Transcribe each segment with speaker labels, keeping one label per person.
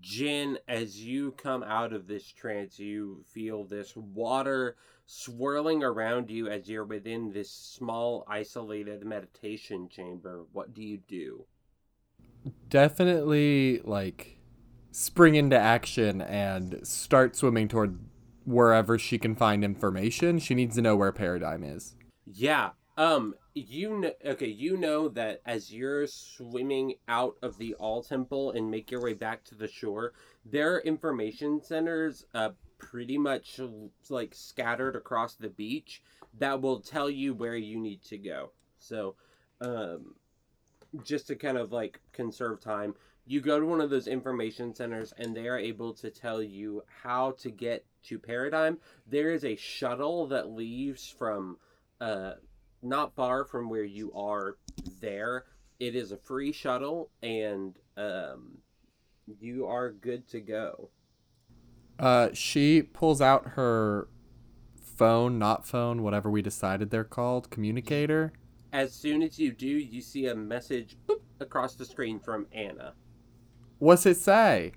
Speaker 1: Jin, as you come out of this trance, you feel this water swirling around you as you're within this small, isolated meditation chamber. What do you do?
Speaker 2: Definitely like spring into action and start swimming toward wherever she can find information. She needs to know where Paradigm is.
Speaker 1: Yeah. Um. You know. Okay. You know that as you're swimming out of the All Temple and make your way back to the shore, there are information centers. Uh. Pretty much like scattered across the beach that will tell you where you need to go. So, um, just to kind of like conserve time, you go to one of those information centers and they are able to tell you how to get to Paradigm. There is a shuttle that leaves from uh, not far from where you are there. It is a free shuttle and um, you are good to go.
Speaker 2: Uh, she pulls out her phone, not phone, whatever we decided they're called, communicator.
Speaker 1: As soon as you do, you see a message boop, across the screen from Anna.
Speaker 2: What's it say?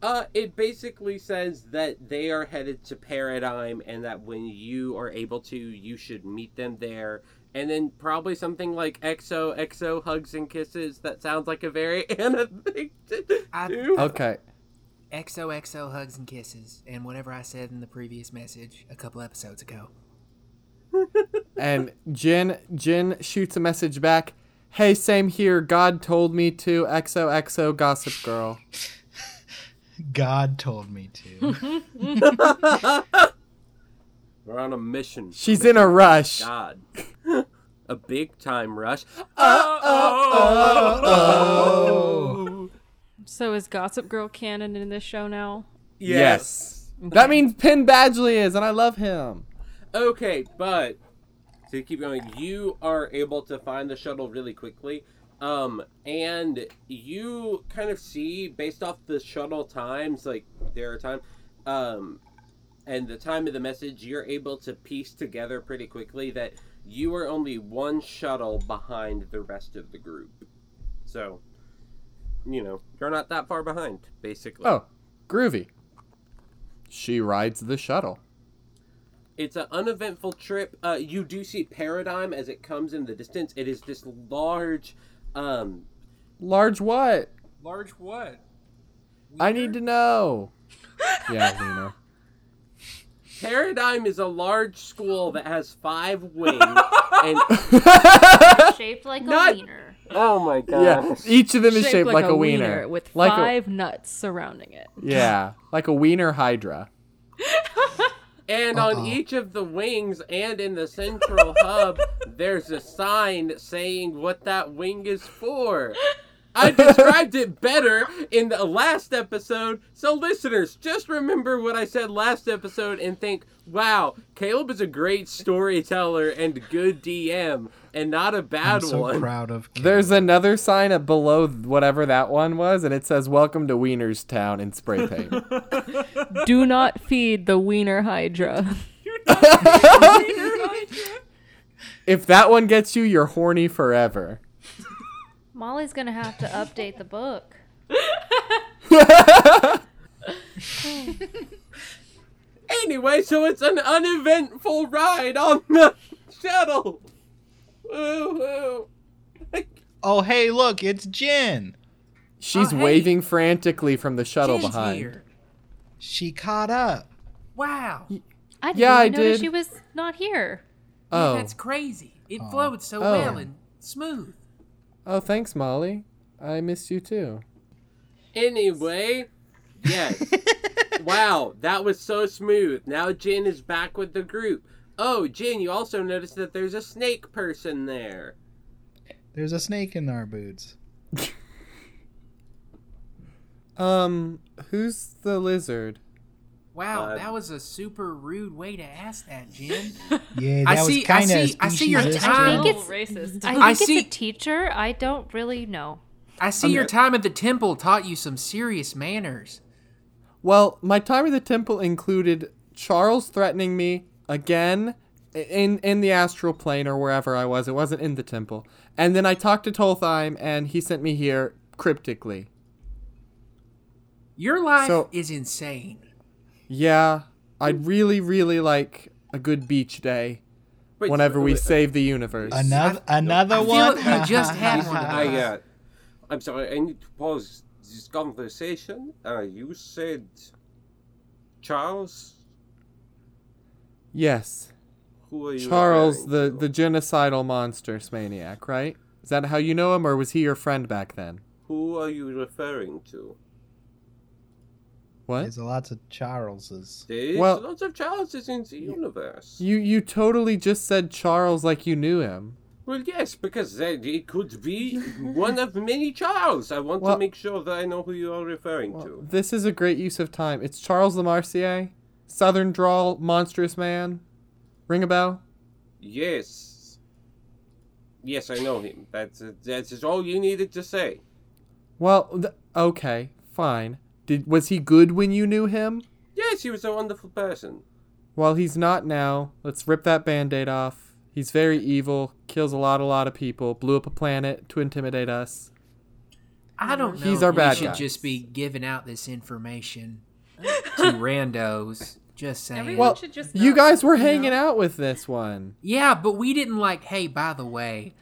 Speaker 1: Uh, it basically says that they are headed to Paradigm, and that when you are able to, you should meet them there. And then probably something like "exo exo hugs and kisses." That sounds like a very Anna thing to
Speaker 3: I-
Speaker 1: do.
Speaker 2: Okay.
Speaker 3: XOXO hugs and kisses, and whatever I said in the previous message a couple episodes ago.
Speaker 2: And Jin Jin shoots a message back. Hey, same here. God told me to. XOXO Gossip Girl.
Speaker 4: God told me to.
Speaker 1: We're on a mission.
Speaker 2: She's in a rush.
Speaker 1: God, a big time rush. oh.
Speaker 4: oh.
Speaker 5: So is Gossip Girl canon in this show now?
Speaker 2: Yes. That means Penn Badgley is, and I love him.
Speaker 1: Okay, but to keep going, you are able to find the shuttle really quickly. Um, and you kind of see based off the shuttle times, like there are time, um, and the time of the message, you're able to piece together pretty quickly that you are only one shuttle behind the rest of the group. So, you know, you're not that far behind, basically.
Speaker 2: Oh, groovy. She rides the shuttle.
Speaker 1: It's an uneventful trip. Uh, you do see Paradigm as it comes in the distance. It is this large, um,
Speaker 2: Large what?
Speaker 6: Large what?
Speaker 2: I need to know. Yeah, we know.
Speaker 1: Paradigm is a large school that has five wings. and
Speaker 7: Shaped like
Speaker 1: Not-
Speaker 7: a wiener.
Speaker 1: oh my
Speaker 2: Yeah, each of them is shaped, like, a, wiener.
Speaker 5: with
Speaker 2: like
Speaker 5: five nuts surrounding it.
Speaker 2: A, yeah, like a wiener hydra.
Speaker 1: And on each of the wings and in the central hub, there's a sign saying what that wing is for. I described it better in the last episode, so listeners, just remember what I said last episode and think, wow, Caleb is a great storyteller and good DM, and not a bad
Speaker 4: I'm so
Speaker 1: one.
Speaker 4: proud of. Caleb.
Speaker 2: There's another sign up below whatever that one was, and it says "Welcome to Wiener's Town" in spray paint.
Speaker 5: Do not feed the wiener hydra.
Speaker 2: if that one gets you, you're horny forever.
Speaker 7: Molly's gonna have to update the book.
Speaker 1: Anyway, so it's an uneventful ride on the shuttle. Woo hoo.
Speaker 4: Oh, hey, look, it's Jin.
Speaker 2: She's
Speaker 3: Oh, hey.
Speaker 2: waving frantically from the shuttle
Speaker 3: Jen's
Speaker 2: behind.
Speaker 3: here.
Speaker 4: She caught up.
Speaker 3: Wow.
Speaker 7: I didn't
Speaker 2: Yeah,
Speaker 7: even
Speaker 2: I
Speaker 7: know
Speaker 2: did.
Speaker 7: she was not here.
Speaker 2: Oh,
Speaker 3: That's crazy. It flowed so
Speaker 2: Oh.
Speaker 3: well and smooth.
Speaker 2: oh, thanks, Molly. I missed you too.
Speaker 1: Anyway, yes. wow, that was so smooth. Now Jin is back with the group. Oh, Jin, you also noticed that there's a snake person there.
Speaker 4: There's a snake in our boots.
Speaker 2: Um, who's the lizard?
Speaker 3: Wow,
Speaker 1: Uh,
Speaker 3: that was a super rude way to ask that, Jen.
Speaker 4: Yeah, that
Speaker 3: I
Speaker 4: was
Speaker 3: see- I
Speaker 4: kind of
Speaker 3: see- I see your
Speaker 7: I
Speaker 3: time.
Speaker 7: think it's
Speaker 5: racist.
Speaker 7: I think
Speaker 3: I
Speaker 7: it's
Speaker 3: see-
Speaker 7: a teacher. I don't really know.
Speaker 3: I see your time at the temple taught you some serious manners.
Speaker 2: Well, my time at the temple included Charles threatening me again i- in in the astral plane or wherever I was. It wasn't in the temple. And then I talked to Toltheim and he sent me here cryptically.
Speaker 3: Your life
Speaker 2: So-
Speaker 3: is insane.
Speaker 2: Yeah, I'd really, really like a good beach day
Speaker 1: Wait,
Speaker 2: whenever we
Speaker 1: wait,
Speaker 2: save the universe.
Speaker 4: Another another
Speaker 3: I feel
Speaker 4: one.
Speaker 3: like we just had one. of
Speaker 1: I,
Speaker 3: those.
Speaker 1: uh, I'm sorry, I need to pause this conversation. Uh, you said Charles?
Speaker 2: Yes,
Speaker 1: Who are you?
Speaker 2: Charles, the,
Speaker 1: referring to?
Speaker 2: the genocidal monsters maniac, right? Is that how you know him, or was he your friend back then?
Speaker 1: Who are you referring to?
Speaker 2: What?
Speaker 4: There's lots of Charleses.
Speaker 1: There's
Speaker 2: Well-
Speaker 1: lots of Charleses in the universe.
Speaker 2: You you totally just said Charles like you knew him.
Speaker 1: Well, yes, because then it could be one of many Charles. I want
Speaker 2: Well-
Speaker 1: to make sure that I know who you are referring
Speaker 2: Well,
Speaker 1: to.
Speaker 2: this is a great use of time. It's Charles Le Marcier, Southern drawl, monstrous man. Ring a bell?
Speaker 1: Yes. Yes, I know him. That's that's just all you needed to say.
Speaker 2: Well, th- okay, fine. Did was he good when you knew him?
Speaker 1: Yes, he was a wonderful person.
Speaker 2: Well, he's not now. Let's rip that band-aid off. He's very evil, kills a lot a lot of people, blew up a planet to intimidate us.
Speaker 3: I don't know.
Speaker 2: He's
Speaker 3: if
Speaker 2: our
Speaker 3: we
Speaker 2: bad
Speaker 3: should
Speaker 2: guy.
Speaker 3: just be giving out this information to randos. Just saying.
Speaker 7: Everyone
Speaker 2: Well,
Speaker 7: should just
Speaker 2: You
Speaker 7: know.
Speaker 2: guys were hanging out with this one.
Speaker 3: yeah, but we didn't like. Hey, by the way,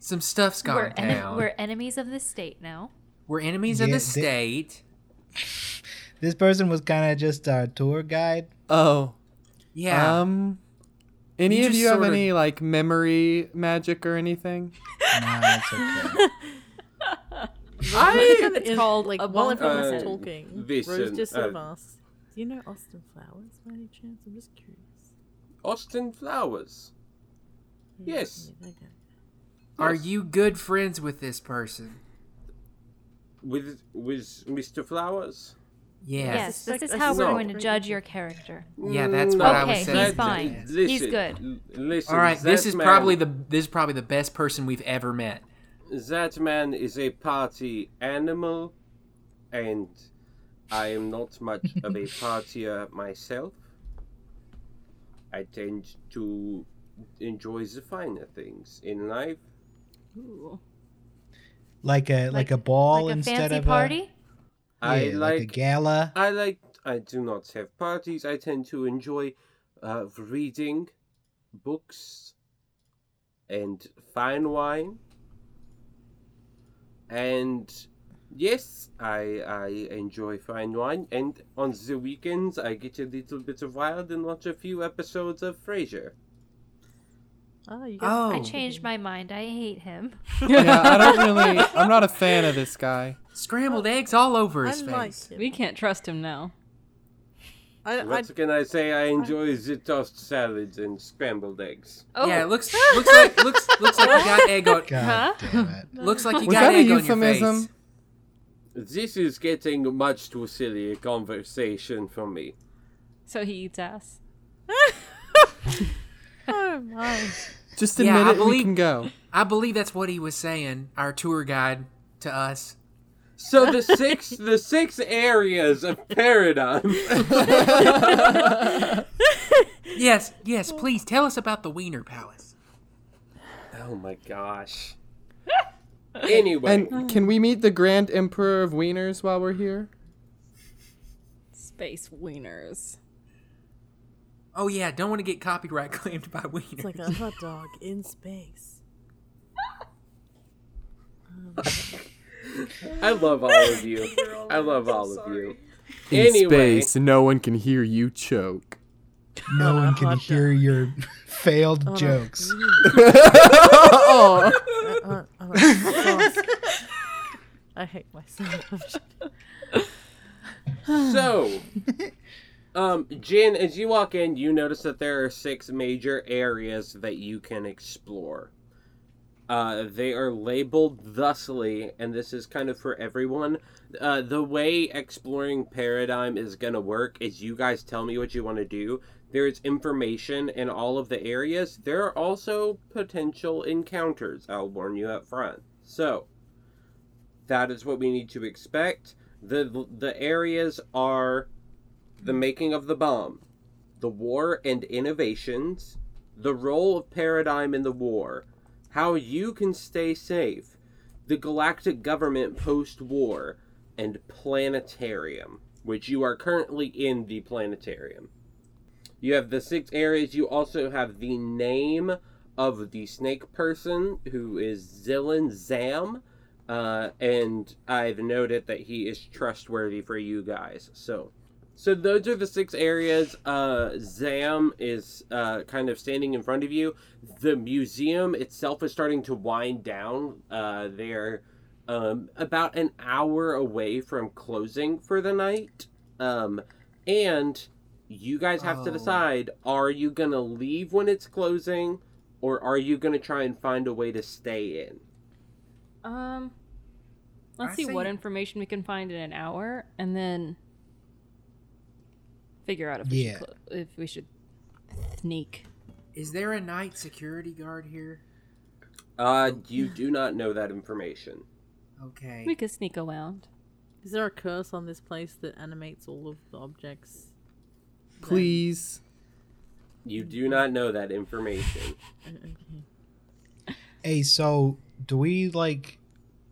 Speaker 3: some stuff's gone
Speaker 7: We're, en-
Speaker 3: down.
Speaker 7: we're enemies of the state now.
Speaker 3: We're enemies of
Speaker 4: Yeah,
Speaker 3: the
Speaker 4: they-
Speaker 3: state.
Speaker 4: This person was kind of just our tour guide.
Speaker 2: Oh,
Speaker 3: Yeah.
Speaker 2: Um, any
Speaker 3: You
Speaker 2: of
Speaker 3: just
Speaker 2: you have
Speaker 3: sorta-
Speaker 2: any like memory magic or anything?
Speaker 4: Nah, that's okay.
Speaker 6: I think
Speaker 1: I
Speaker 6: it's called like
Speaker 8: a
Speaker 6: one from
Speaker 1: bonfire.
Speaker 6: us talking.
Speaker 1: Listen,
Speaker 6: Rose just sort of
Speaker 1: uh,
Speaker 6: asks, "Do you know Austin Flowers by any chance? I'm just curious."
Speaker 1: Austin Flowers. Yes.
Speaker 6: Okay.
Speaker 3: Are
Speaker 1: yes.
Speaker 3: you good friends with this person?
Speaker 1: With with Mr. Flowers?
Speaker 3: Yes.
Speaker 7: Yes, this
Speaker 6: Like,
Speaker 7: is
Speaker 6: this
Speaker 7: how
Speaker 1: is
Speaker 7: we're
Speaker 1: all
Speaker 7: going to
Speaker 6: great.
Speaker 7: judge your character.
Speaker 3: Yeah, that's
Speaker 1: Mm,
Speaker 3: what
Speaker 1: no.
Speaker 3: I was
Speaker 7: Okay,
Speaker 3: saying.
Speaker 7: he's fine.
Speaker 1: Listen,
Speaker 7: He's good.
Speaker 1: l- Listen.
Speaker 3: All right, this
Speaker 1: that
Speaker 3: is
Speaker 1: man-
Speaker 3: probably the this is probably the best person we've ever met.
Speaker 1: That man is a party animal, and I am not much of a partier myself. I tend to enjoy the finer things in life.
Speaker 6: Ooh.
Speaker 4: Like a like, a ball
Speaker 7: like a
Speaker 4: instead
Speaker 7: fancy
Speaker 4: of
Speaker 7: party?
Speaker 4: a
Speaker 1: I
Speaker 4: yeah, like a
Speaker 1: like.
Speaker 4: gala.
Speaker 1: I like. I do not have parties. I tend to enjoy uh, reading books and fine wine. And yes, I I enjoy fine wine. And on the weekends, I get a little bit of wild and watch a few episodes of Frasier.
Speaker 6: Oh, you got
Speaker 3: Oh,
Speaker 7: I changed my mind. I hate him.
Speaker 2: yeah, I don't really. I'm not a fan of this guy.
Speaker 7: Oh,
Speaker 3: scrambled eggs all over
Speaker 6: I
Speaker 3: his
Speaker 6: like
Speaker 3: face.
Speaker 6: him.
Speaker 8: We can't trust him now.
Speaker 6: I, I,
Speaker 1: What can I say? I enjoy the tossed salads and scrambled eggs.
Speaker 7: Oh,
Speaker 3: Yeah, it looks looks like looks looks like you got egg on
Speaker 4: God damn it.
Speaker 3: looks like
Speaker 2: Was
Speaker 3: you got
Speaker 2: that a
Speaker 3: egg on your
Speaker 2: euphemism?
Speaker 3: face.
Speaker 1: This is getting much too silly a conversation for me.
Speaker 8: So he eats ass.
Speaker 6: oh my!
Speaker 2: Just admit
Speaker 3: Yeah, I
Speaker 2: it. We
Speaker 3: believe-
Speaker 2: can go.
Speaker 3: I believe that's what he was saying. Our tour guide to us.
Speaker 1: So the six the six areas of paradigm.
Speaker 3: Yes, yes. Please tell us about the Wiener Palace.
Speaker 1: oh my gosh. Anyway,
Speaker 2: And can we meet the Grand Emperor of Wieners while we're here?
Speaker 8: Space wieners.
Speaker 3: Oh yeah, don't want to get copyright claimed by Wiener.
Speaker 6: It's like a hot dog in space.
Speaker 1: I love all of you. I love all of you. Anyway,
Speaker 2: no one can hear you choke.
Speaker 4: No one
Speaker 6: hot
Speaker 4: can hear your failed jokes.
Speaker 6: Uh, I'm a frog. I hate myself.
Speaker 1: so um Jin, as you walk in, you notice that there are six major areas that you can explore. Uh, they are labeled thusly, and this is kind of for everyone. Uh, the way exploring paradigm is gonna work is you guys tell me what you want to do. There's information in all of the areas. There are also potential encounters. I'll warn you up front. So that is what we need to expect. the The areas are the making of the bomb, the war and innovations, the role of paradigm in the war, how you can stay safe, the galactic government post war, and planetarium, which you are currently in the planetarium. You have the six areas. You also have the name of the snake person, who is Zillin Zam. Uh, and I've noted that he is trustworthy for you guys. So, so those are the six areas. Uh, Zam is uh, kind of standing in front of you. The museum itself is starting to wind down. Uh, they're um, about an hour away from closing for the night. Um, and you guys have to
Speaker 3: Oh.
Speaker 1: decide are you going to leave when it's closing or are you going to try and find a way to stay in?
Speaker 8: Um, let's
Speaker 3: I
Speaker 8: see what
Speaker 3: see.
Speaker 8: information we can find in an hour, and then figure out if we
Speaker 4: Yeah.
Speaker 8: should clo- if we should sneak.
Speaker 3: Is there a night security guard here?
Speaker 1: Uh, you do not know that information.
Speaker 3: Okay.
Speaker 8: We could sneak around.
Speaker 6: Is there a curse on this place that animates all of the objects?
Speaker 2: Please.
Speaker 1: You do not know that information.
Speaker 4: Hey, so do we like,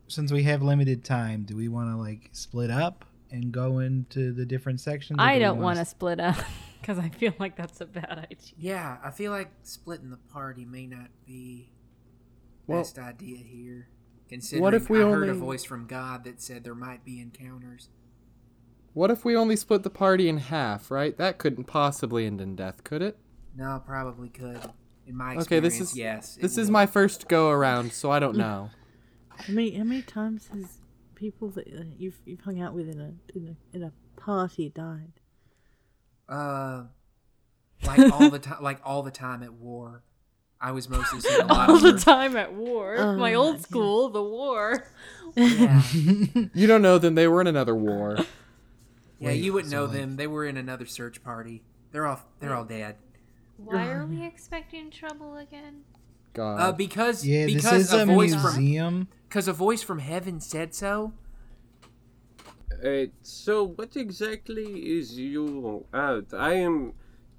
Speaker 4: since we have limited time, do we want to like split up and go into the different sections? or
Speaker 8: I
Speaker 4: do we
Speaker 8: don't
Speaker 4: wanna
Speaker 8: want to split up because I feel like that's a bad idea.
Speaker 3: Yeah, I feel like splitting the party may not be
Speaker 2: Well-
Speaker 3: best idea here. Considering
Speaker 2: if we
Speaker 3: I heard a
Speaker 2: only-
Speaker 3: voice from God that said there might be encounters.
Speaker 2: What if we only split the party in half, right? That couldn't possibly end in death, could it?
Speaker 3: No, probably could. In my experience,
Speaker 2: Okay, this is
Speaker 3: yes. it
Speaker 2: This is
Speaker 3: would.
Speaker 2: my first go around, so I
Speaker 1: Mm.
Speaker 2: don't know.
Speaker 6: How many, how many times has people that uh, you've, you've hung out with in a, in a in a party died?
Speaker 3: Uh, like all the time, like all the time at war. I was mostly seeing a lot
Speaker 8: All the
Speaker 3: of
Speaker 8: time at war, my old school, the war.
Speaker 3: Yeah,
Speaker 2: you don't know them; they were in another war.
Speaker 1: Uh,
Speaker 3: yeah you wouldn't know them. They were in another search party. They're all they're all dead.
Speaker 7: Why are we expecting trouble again?
Speaker 2: God.
Speaker 3: Uh, because
Speaker 4: Yeah, this
Speaker 3: because
Speaker 4: is
Speaker 3: a,
Speaker 4: a,
Speaker 3: voice from
Speaker 4: museum.
Speaker 3: because a voice from heaven said so.
Speaker 1: Uh, so, what exactly is you out? I am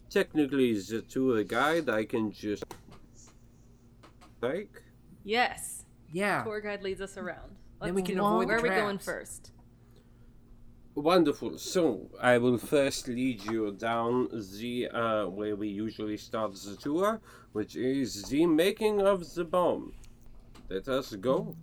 Speaker 1: technically the tour guide. I can just like.
Speaker 8: Yes,
Speaker 3: Yeah,
Speaker 8: tour guide leads us around.
Speaker 3: Then we can avoid
Speaker 8: Where
Speaker 3: the
Speaker 8: are we going
Speaker 3: traps.
Speaker 8: first?
Speaker 1: Wonderful. So, I will first lead you down the uh, where we usually start the tour, which is the making of the bomb. Let us go.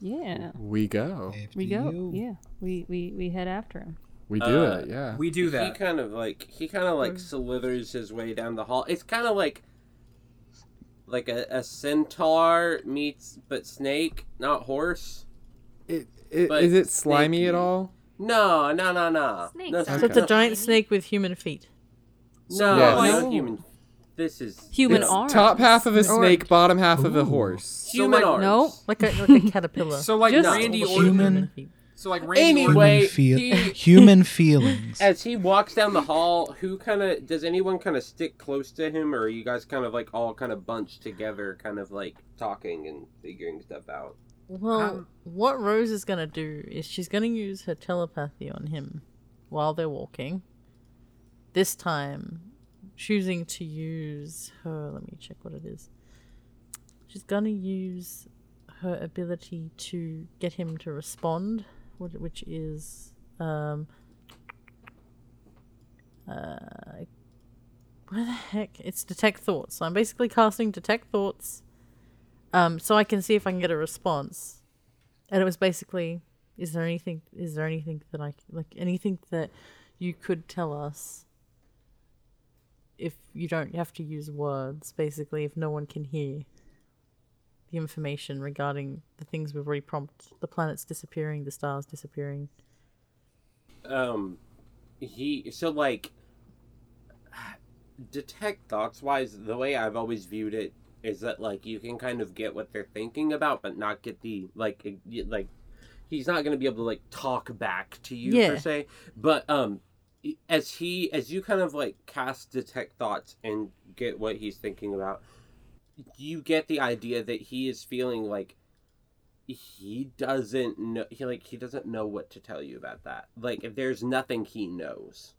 Speaker 8: Yeah,
Speaker 2: we go.
Speaker 4: After
Speaker 8: we go.
Speaker 4: you.
Speaker 8: Yeah, we we we head after him.
Speaker 2: We do
Speaker 1: Uh,
Speaker 2: it. Yeah.
Speaker 3: we do
Speaker 1: He
Speaker 3: that.
Speaker 1: kind of like he kind of
Speaker 6: Mm.
Speaker 1: like slithers his way down the hall. It's kind of like like a, a centaur meets but snake, not horse.
Speaker 2: It, it,
Speaker 1: but
Speaker 2: is it slimy at
Speaker 1: snaky.
Speaker 2: all?
Speaker 1: No, no, no, no.
Speaker 7: Snakes
Speaker 1: no,
Speaker 7: are
Speaker 2: Okay.
Speaker 6: So it's a
Speaker 1: no,
Speaker 6: giant snake with human feet.
Speaker 1: No,
Speaker 2: Yes.
Speaker 1: no human. This is
Speaker 8: Human
Speaker 2: It's
Speaker 8: arms.
Speaker 2: Top half of a
Speaker 6: Or-
Speaker 2: snake, bottom half of a horse.
Speaker 1: human
Speaker 8: like-
Speaker 1: arms.
Speaker 8: no.
Speaker 6: Like a, like a caterpillar.
Speaker 3: So like
Speaker 8: Just-
Speaker 3: Randy
Speaker 4: No.
Speaker 3: Orton.
Speaker 4: Human.
Speaker 6: feet.
Speaker 3: So like Randy Orton.
Speaker 1: Anyway,
Speaker 4: feel-
Speaker 1: he,
Speaker 4: Human feelings.
Speaker 1: as he walks down the hall, who kind of does anyone kind of stick close to him, or are you guys kind of like all kind of bunched together, kind of like talking and figuring stuff out?
Speaker 6: Well,
Speaker 3: Um,
Speaker 6: what Rose is going to do is she's going to use her telepathy on him while they're walking. This time, choosing to use her. Let me check what it is. She's going to use her ability to get him to respond, wh- which is. Um, uh, where the heck? It's detect thoughts. So I'm basically casting detect thoughts um, so I can see if I can get a response. And it was basically, is there anything? Is there anything that I c- like? Anything that you could tell us if you don't have to use words? Basically, if no one can hear the information regarding the things we've already prompted, the planets disappearing, the stars disappearing.
Speaker 1: um he so like detect thoughts wise the way i've always viewed it is that like you can kind of get what they're thinking about but not get the like e- y- like he's not going to be able to like talk back to you per
Speaker 6: Yeah.
Speaker 1: se but um e- as he as you kind of like cast detect thoughts and get what he's thinking about you get the idea that he is feeling like he doesn't know he like he doesn't know what to tell you about that like if there's nothing he knows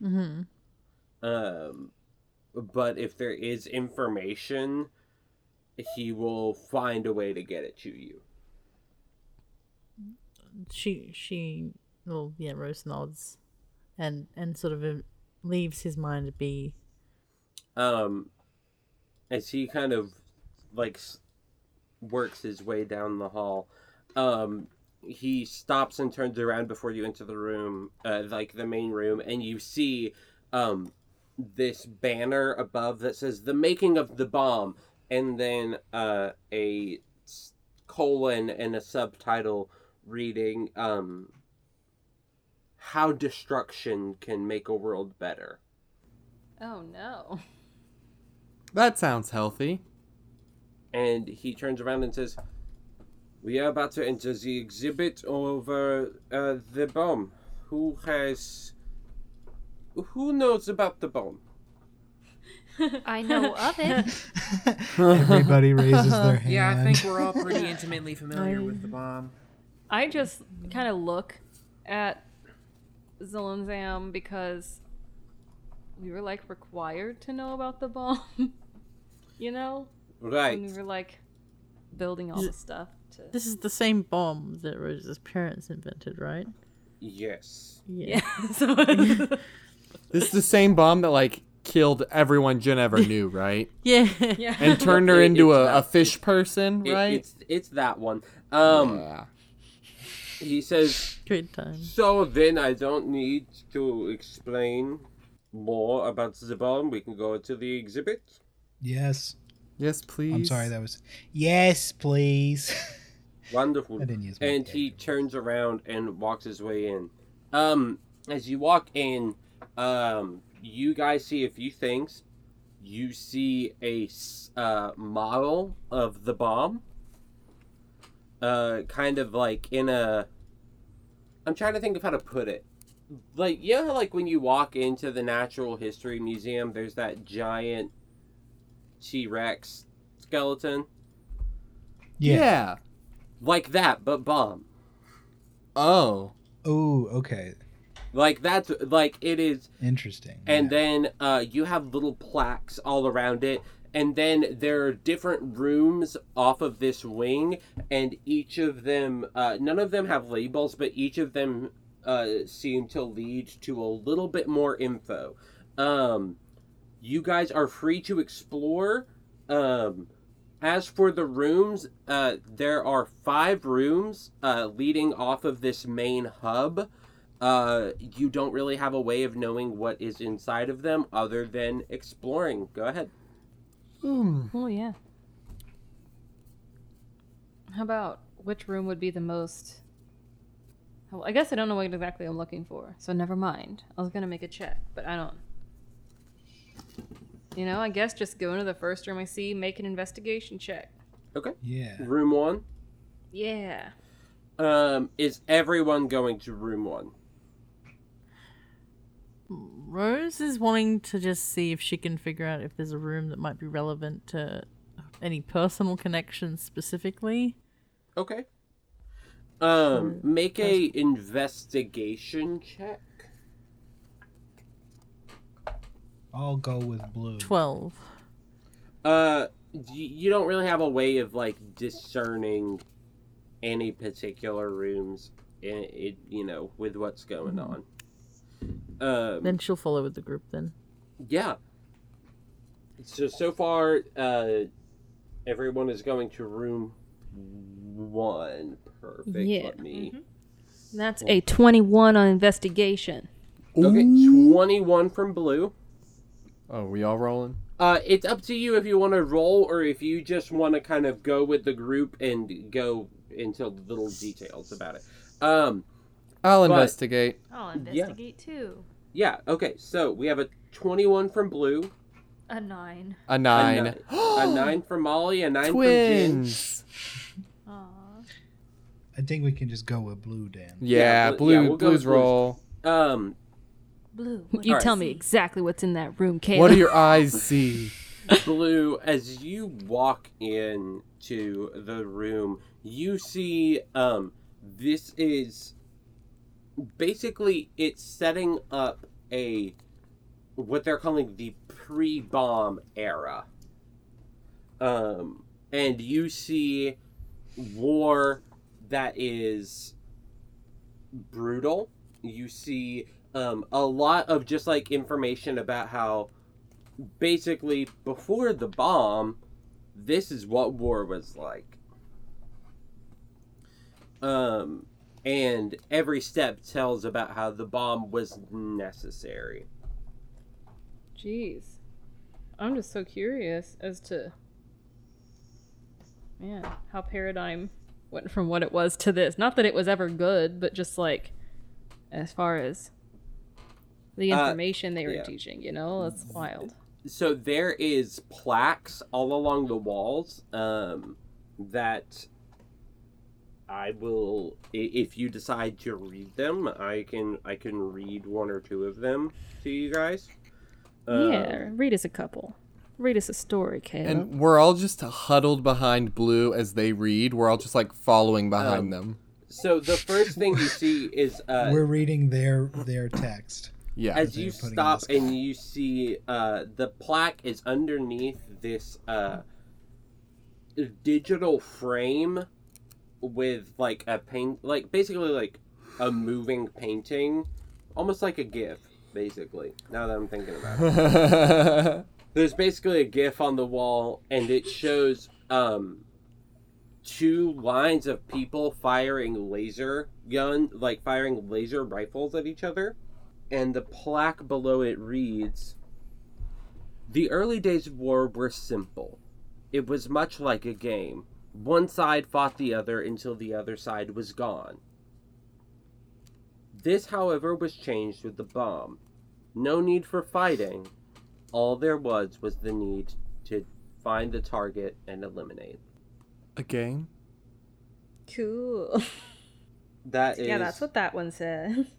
Speaker 6: Mm-hmm.
Speaker 1: um but if there is information he will find a way to get it to you
Speaker 6: she she well yeah Rose nods, and and sort of uh, leaves his mind be.
Speaker 1: Um, as he kind of like s- works his way down the hall, um, he stops and turns around before you enter the room, uh, like the main room, and you see um, this banner above that says "The Making of the Bomb," and then uh, a s- colon and a subtitle reading um, "How Destruction Can Make a World Better."
Speaker 8: Oh no.
Speaker 2: That sounds healthy.
Speaker 1: and he turns around and says, "We are about to enter the exhibit over uh, the bomb. Who has? Who knows about the bomb?
Speaker 7: I know of it.
Speaker 4: Everybody raises their hand.
Speaker 3: Yeah, I think we're all pretty intimately familiar with the bomb.
Speaker 8: I just kind of look at Zillinzam because we were like required to know about the bomb. you know? And we
Speaker 1: Right?
Speaker 8: were like building all the stuff to
Speaker 6: This is the same bomb that Rose's parents invented, right?
Speaker 1: Yes.
Speaker 8: Yeah. so
Speaker 2: This is the same bomb that like killed everyone Jen ever knew, right?
Speaker 6: Yeah.
Speaker 8: yeah.
Speaker 2: And turned her
Speaker 1: It-
Speaker 2: into
Speaker 1: it's
Speaker 2: a, a
Speaker 1: not-
Speaker 2: fish person,
Speaker 1: It-
Speaker 2: right?
Speaker 1: it's it's that one. Um,
Speaker 2: yeah.
Speaker 1: he says."
Speaker 6: Great time.
Speaker 1: So then I don't need to explain more about the bomb. We can go to the exhibit.
Speaker 4: Yes.
Speaker 2: Yes, please.
Speaker 4: I'm sorry, that was. Yes, please.
Speaker 1: Wonderful.
Speaker 4: I didn't use my
Speaker 1: and he turns around and walks his way in. Um, as you walk in, um, you guys see a few things. You see a s- uh, model of the bomb, uh, kind of like in a. I'm trying to think of how to put it. Like yeah, like when you walk into the Natural History Museum, there's that giant T Rex skeleton,
Speaker 2: Yeah.
Speaker 4: Yeah.
Speaker 1: like that, but bomb.
Speaker 2: Oh.
Speaker 4: Oh, okay.
Speaker 1: Like that's like it is
Speaker 4: Interesting.
Speaker 1: and then uh, you have little plaques all around it and then there are different rooms off of this wing and each of them uh, none of them have labels but each of them uh, seem to lead to a little bit more info um, you guys are free to explore um, as for the rooms uh, there are five rooms uh, leading off of this main hub uh, you don't really have a way of knowing what is inside of them other than exploring. Go ahead.
Speaker 8: Oh yeah. How about which room would be the most? Well, I guess I don't know what exactly I'm looking for, so never mind. I was gonna make a check, but I don't. You know, I guess just go into the first room I see, make an investigation check.
Speaker 1: Okay.
Speaker 4: yeah.
Speaker 1: Room one.
Speaker 8: Yeah.
Speaker 1: Um, is everyone going to room one?
Speaker 6: Rose is wanting to just see if she can figure out if there's a room that might be relevant to any personal connections specifically.
Speaker 1: Okay. Um, make a investigation check.
Speaker 4: I'll go with blue.
Speaker 6: 12.
Speaker 1: Uh, y- you don't really have a way of like discerning any particular rooms. In it, you know, with what's going on. Um,
Speaker 6: Then she'll follow with the group then.
Speaker 1: Yeah. So so far, uh, everyone is going to room one. Perfect.
Speaker 8: Yeah.
Speaker 1: Let me.
Speaker 8: That's a 21 on investigation.
Speaker 1: Okay, twenty-one from blue.
Speaker 2: Oh, we all rolling?
Speaker 1: Uh, it's up to you if you want to roll or if you just want to kind of go with the group and go into little details about it. Um,
Speaker 2: I'll
Speaker 1: But-
Speaker 2: investigate.
Speaker 7: I'll investigate too.
Speaker 1: yeah. Okay. So we have a twenty-one from blue,
Speaker 8: A 9.
Speaker 2: A
Speaker 1: a
Speaker 2: nine.
Speaker 1: nine, a nine from Molly, a nine from Jin.
Speaker 2: Twins.
Speaker 4: I think we can just go with blue then.
Speaker 1: Yeah,
Speaker 2: Yeah,
Speaker 1: bl-
Speaker 2: blue.
Speaker 1: yeah, we'll go with
Speaker 2: blues
Speaker 1: blues.
Speaker 2: roll.
Speaker 1: Um,
Speaker 8: Blue. You
Speaker 1: Alright.
Speaker 8: tell me exactly what's in that room, Caleb.
Speaker 2: What do your eyes see?
Speaker 1: Blue, as you walk in to the room, you see um this is basically it's setting up a what they're calling the pre-bomb era. Um and you see war that is brutal. You see um, a lot of just like information about how basically before the bomb, this is what war was like. Um, and every step tells about how the bomb was necessary.
Speaker 8: Jeez. I'm just so curious as to man, how paradigm went from what it was to this. Not that it was ever good, but just like as far as the
Speaker 1: Uh,
Speaker 8: information they were
Speaker 1: yeah.
Speaker 8: teaching, you know? That's wild.
Speaker 1: so there is plaques all along the walls um, that I will i- if you decide to read them I can I can read one or two of them to you guys Uh, Um,
Speaker 8: yeah, read us a couple. Read us a story, Caleb.
Speaker 2: And we're all just huddled behind Blue as they read. We're all just like following behind
Speaker 1: Um,
Speaker 2: them.
Speaker 1: so the first thing you see is uh,
Speaker 4: We're reading their their text.
Speaker 2: Yeah.
Speaker 1: as
Speaker 4: they're
Speaker 1: you
Speaker 4: putting
Speaker 1: stop
Speaker 4: this-
Speaker 1: and you see uh, the plaque is underneath this uh, digital frame with like a paint like basically like a moving painting almost like a gif basically now that i'm thinking about it there's basically a gif on the wall and it shows um two lines of people firing laser gun like firing laser rifles at each other and the plaque below it reads the early days of war were simple it was much like a game one side fought the other until the other side was gone this however was changed with the bomb no need for fighting all there was was the need to find the target and eliminate.
Speaker 2: a game?
Speaker 8: Cool.
Speaker 1: That is
Speaker 8: Yeah, that's what that one said.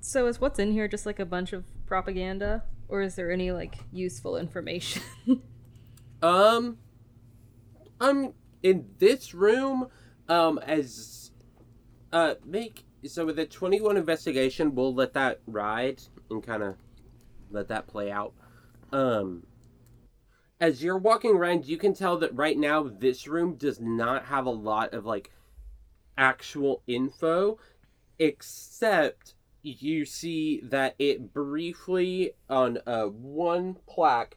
Speaker 8: So is what's in here just like a bunch of propaganda? Or is there any like useful information?
Speaker 1: Um, I'm in this room. Um, as uh, make so with the twenty-one investigation, we'll let that ride and kind of let that play out. Um, as you're walking around, you can tell that right now this room does not have a lot of like actual info, except you see that it briefly on uh one plaque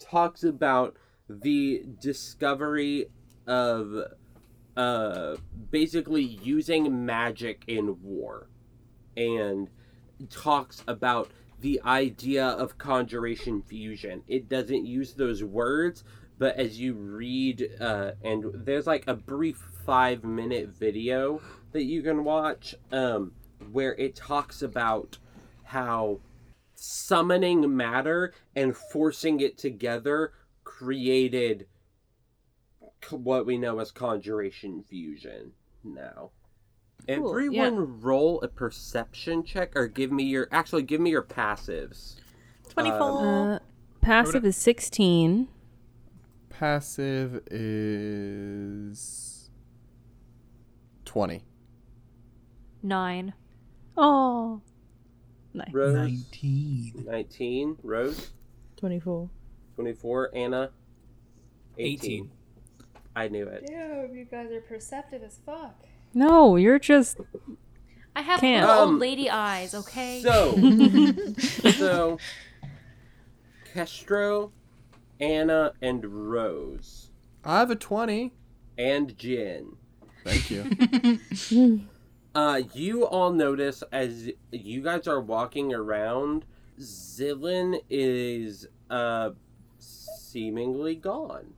Speaker 1: talks about the discovery of uh basically using magic in war and talks about the idea of conjuration fusion it doesn't use those words but as you read uh and there's like a brief 5 minute video that you can watch um where it talks about how summoning matter and forcing it together created c- what we know as conjuration fusion now
Speaker 8: Cool,
Speaker 1: everyone
Speaker 8: yeah.
Speaker 1: roll a perception check or give me your actually give me your passives
Speaker 6: 24.
Speaker 8: Uh, passive is 16.
Speaker 2: Passive is 20.
Speaker 7: Nine.
Speaker 8: Oh. Nice.
Speaker 1: rose
Speaker 4: Nineteen.
Speaker 1: 19 rose
Speaker 6: 24.
Speaker 1: 24 anna 18,
Speaker 3: 18.
Speaker 1: i knew it
Speaker 7: Dude, you guys are perceptive as fuck.
Speaker 8: No, you're just
Speaker 7: I have
Speaker 8: Can't.
Speaker 7: little
Speaker 1: Um,
Speaker 7: old lady eyes, okay?
Speaker 1: So, so Castro, Anna, and Rose,
Speaker 2: I have a 20.
Speaker 1: and Jin.
Speaker 2: Thank you.
Speaker 1: Uh, you all notice as you guys are walking around, Zillin is uh seemingly gone.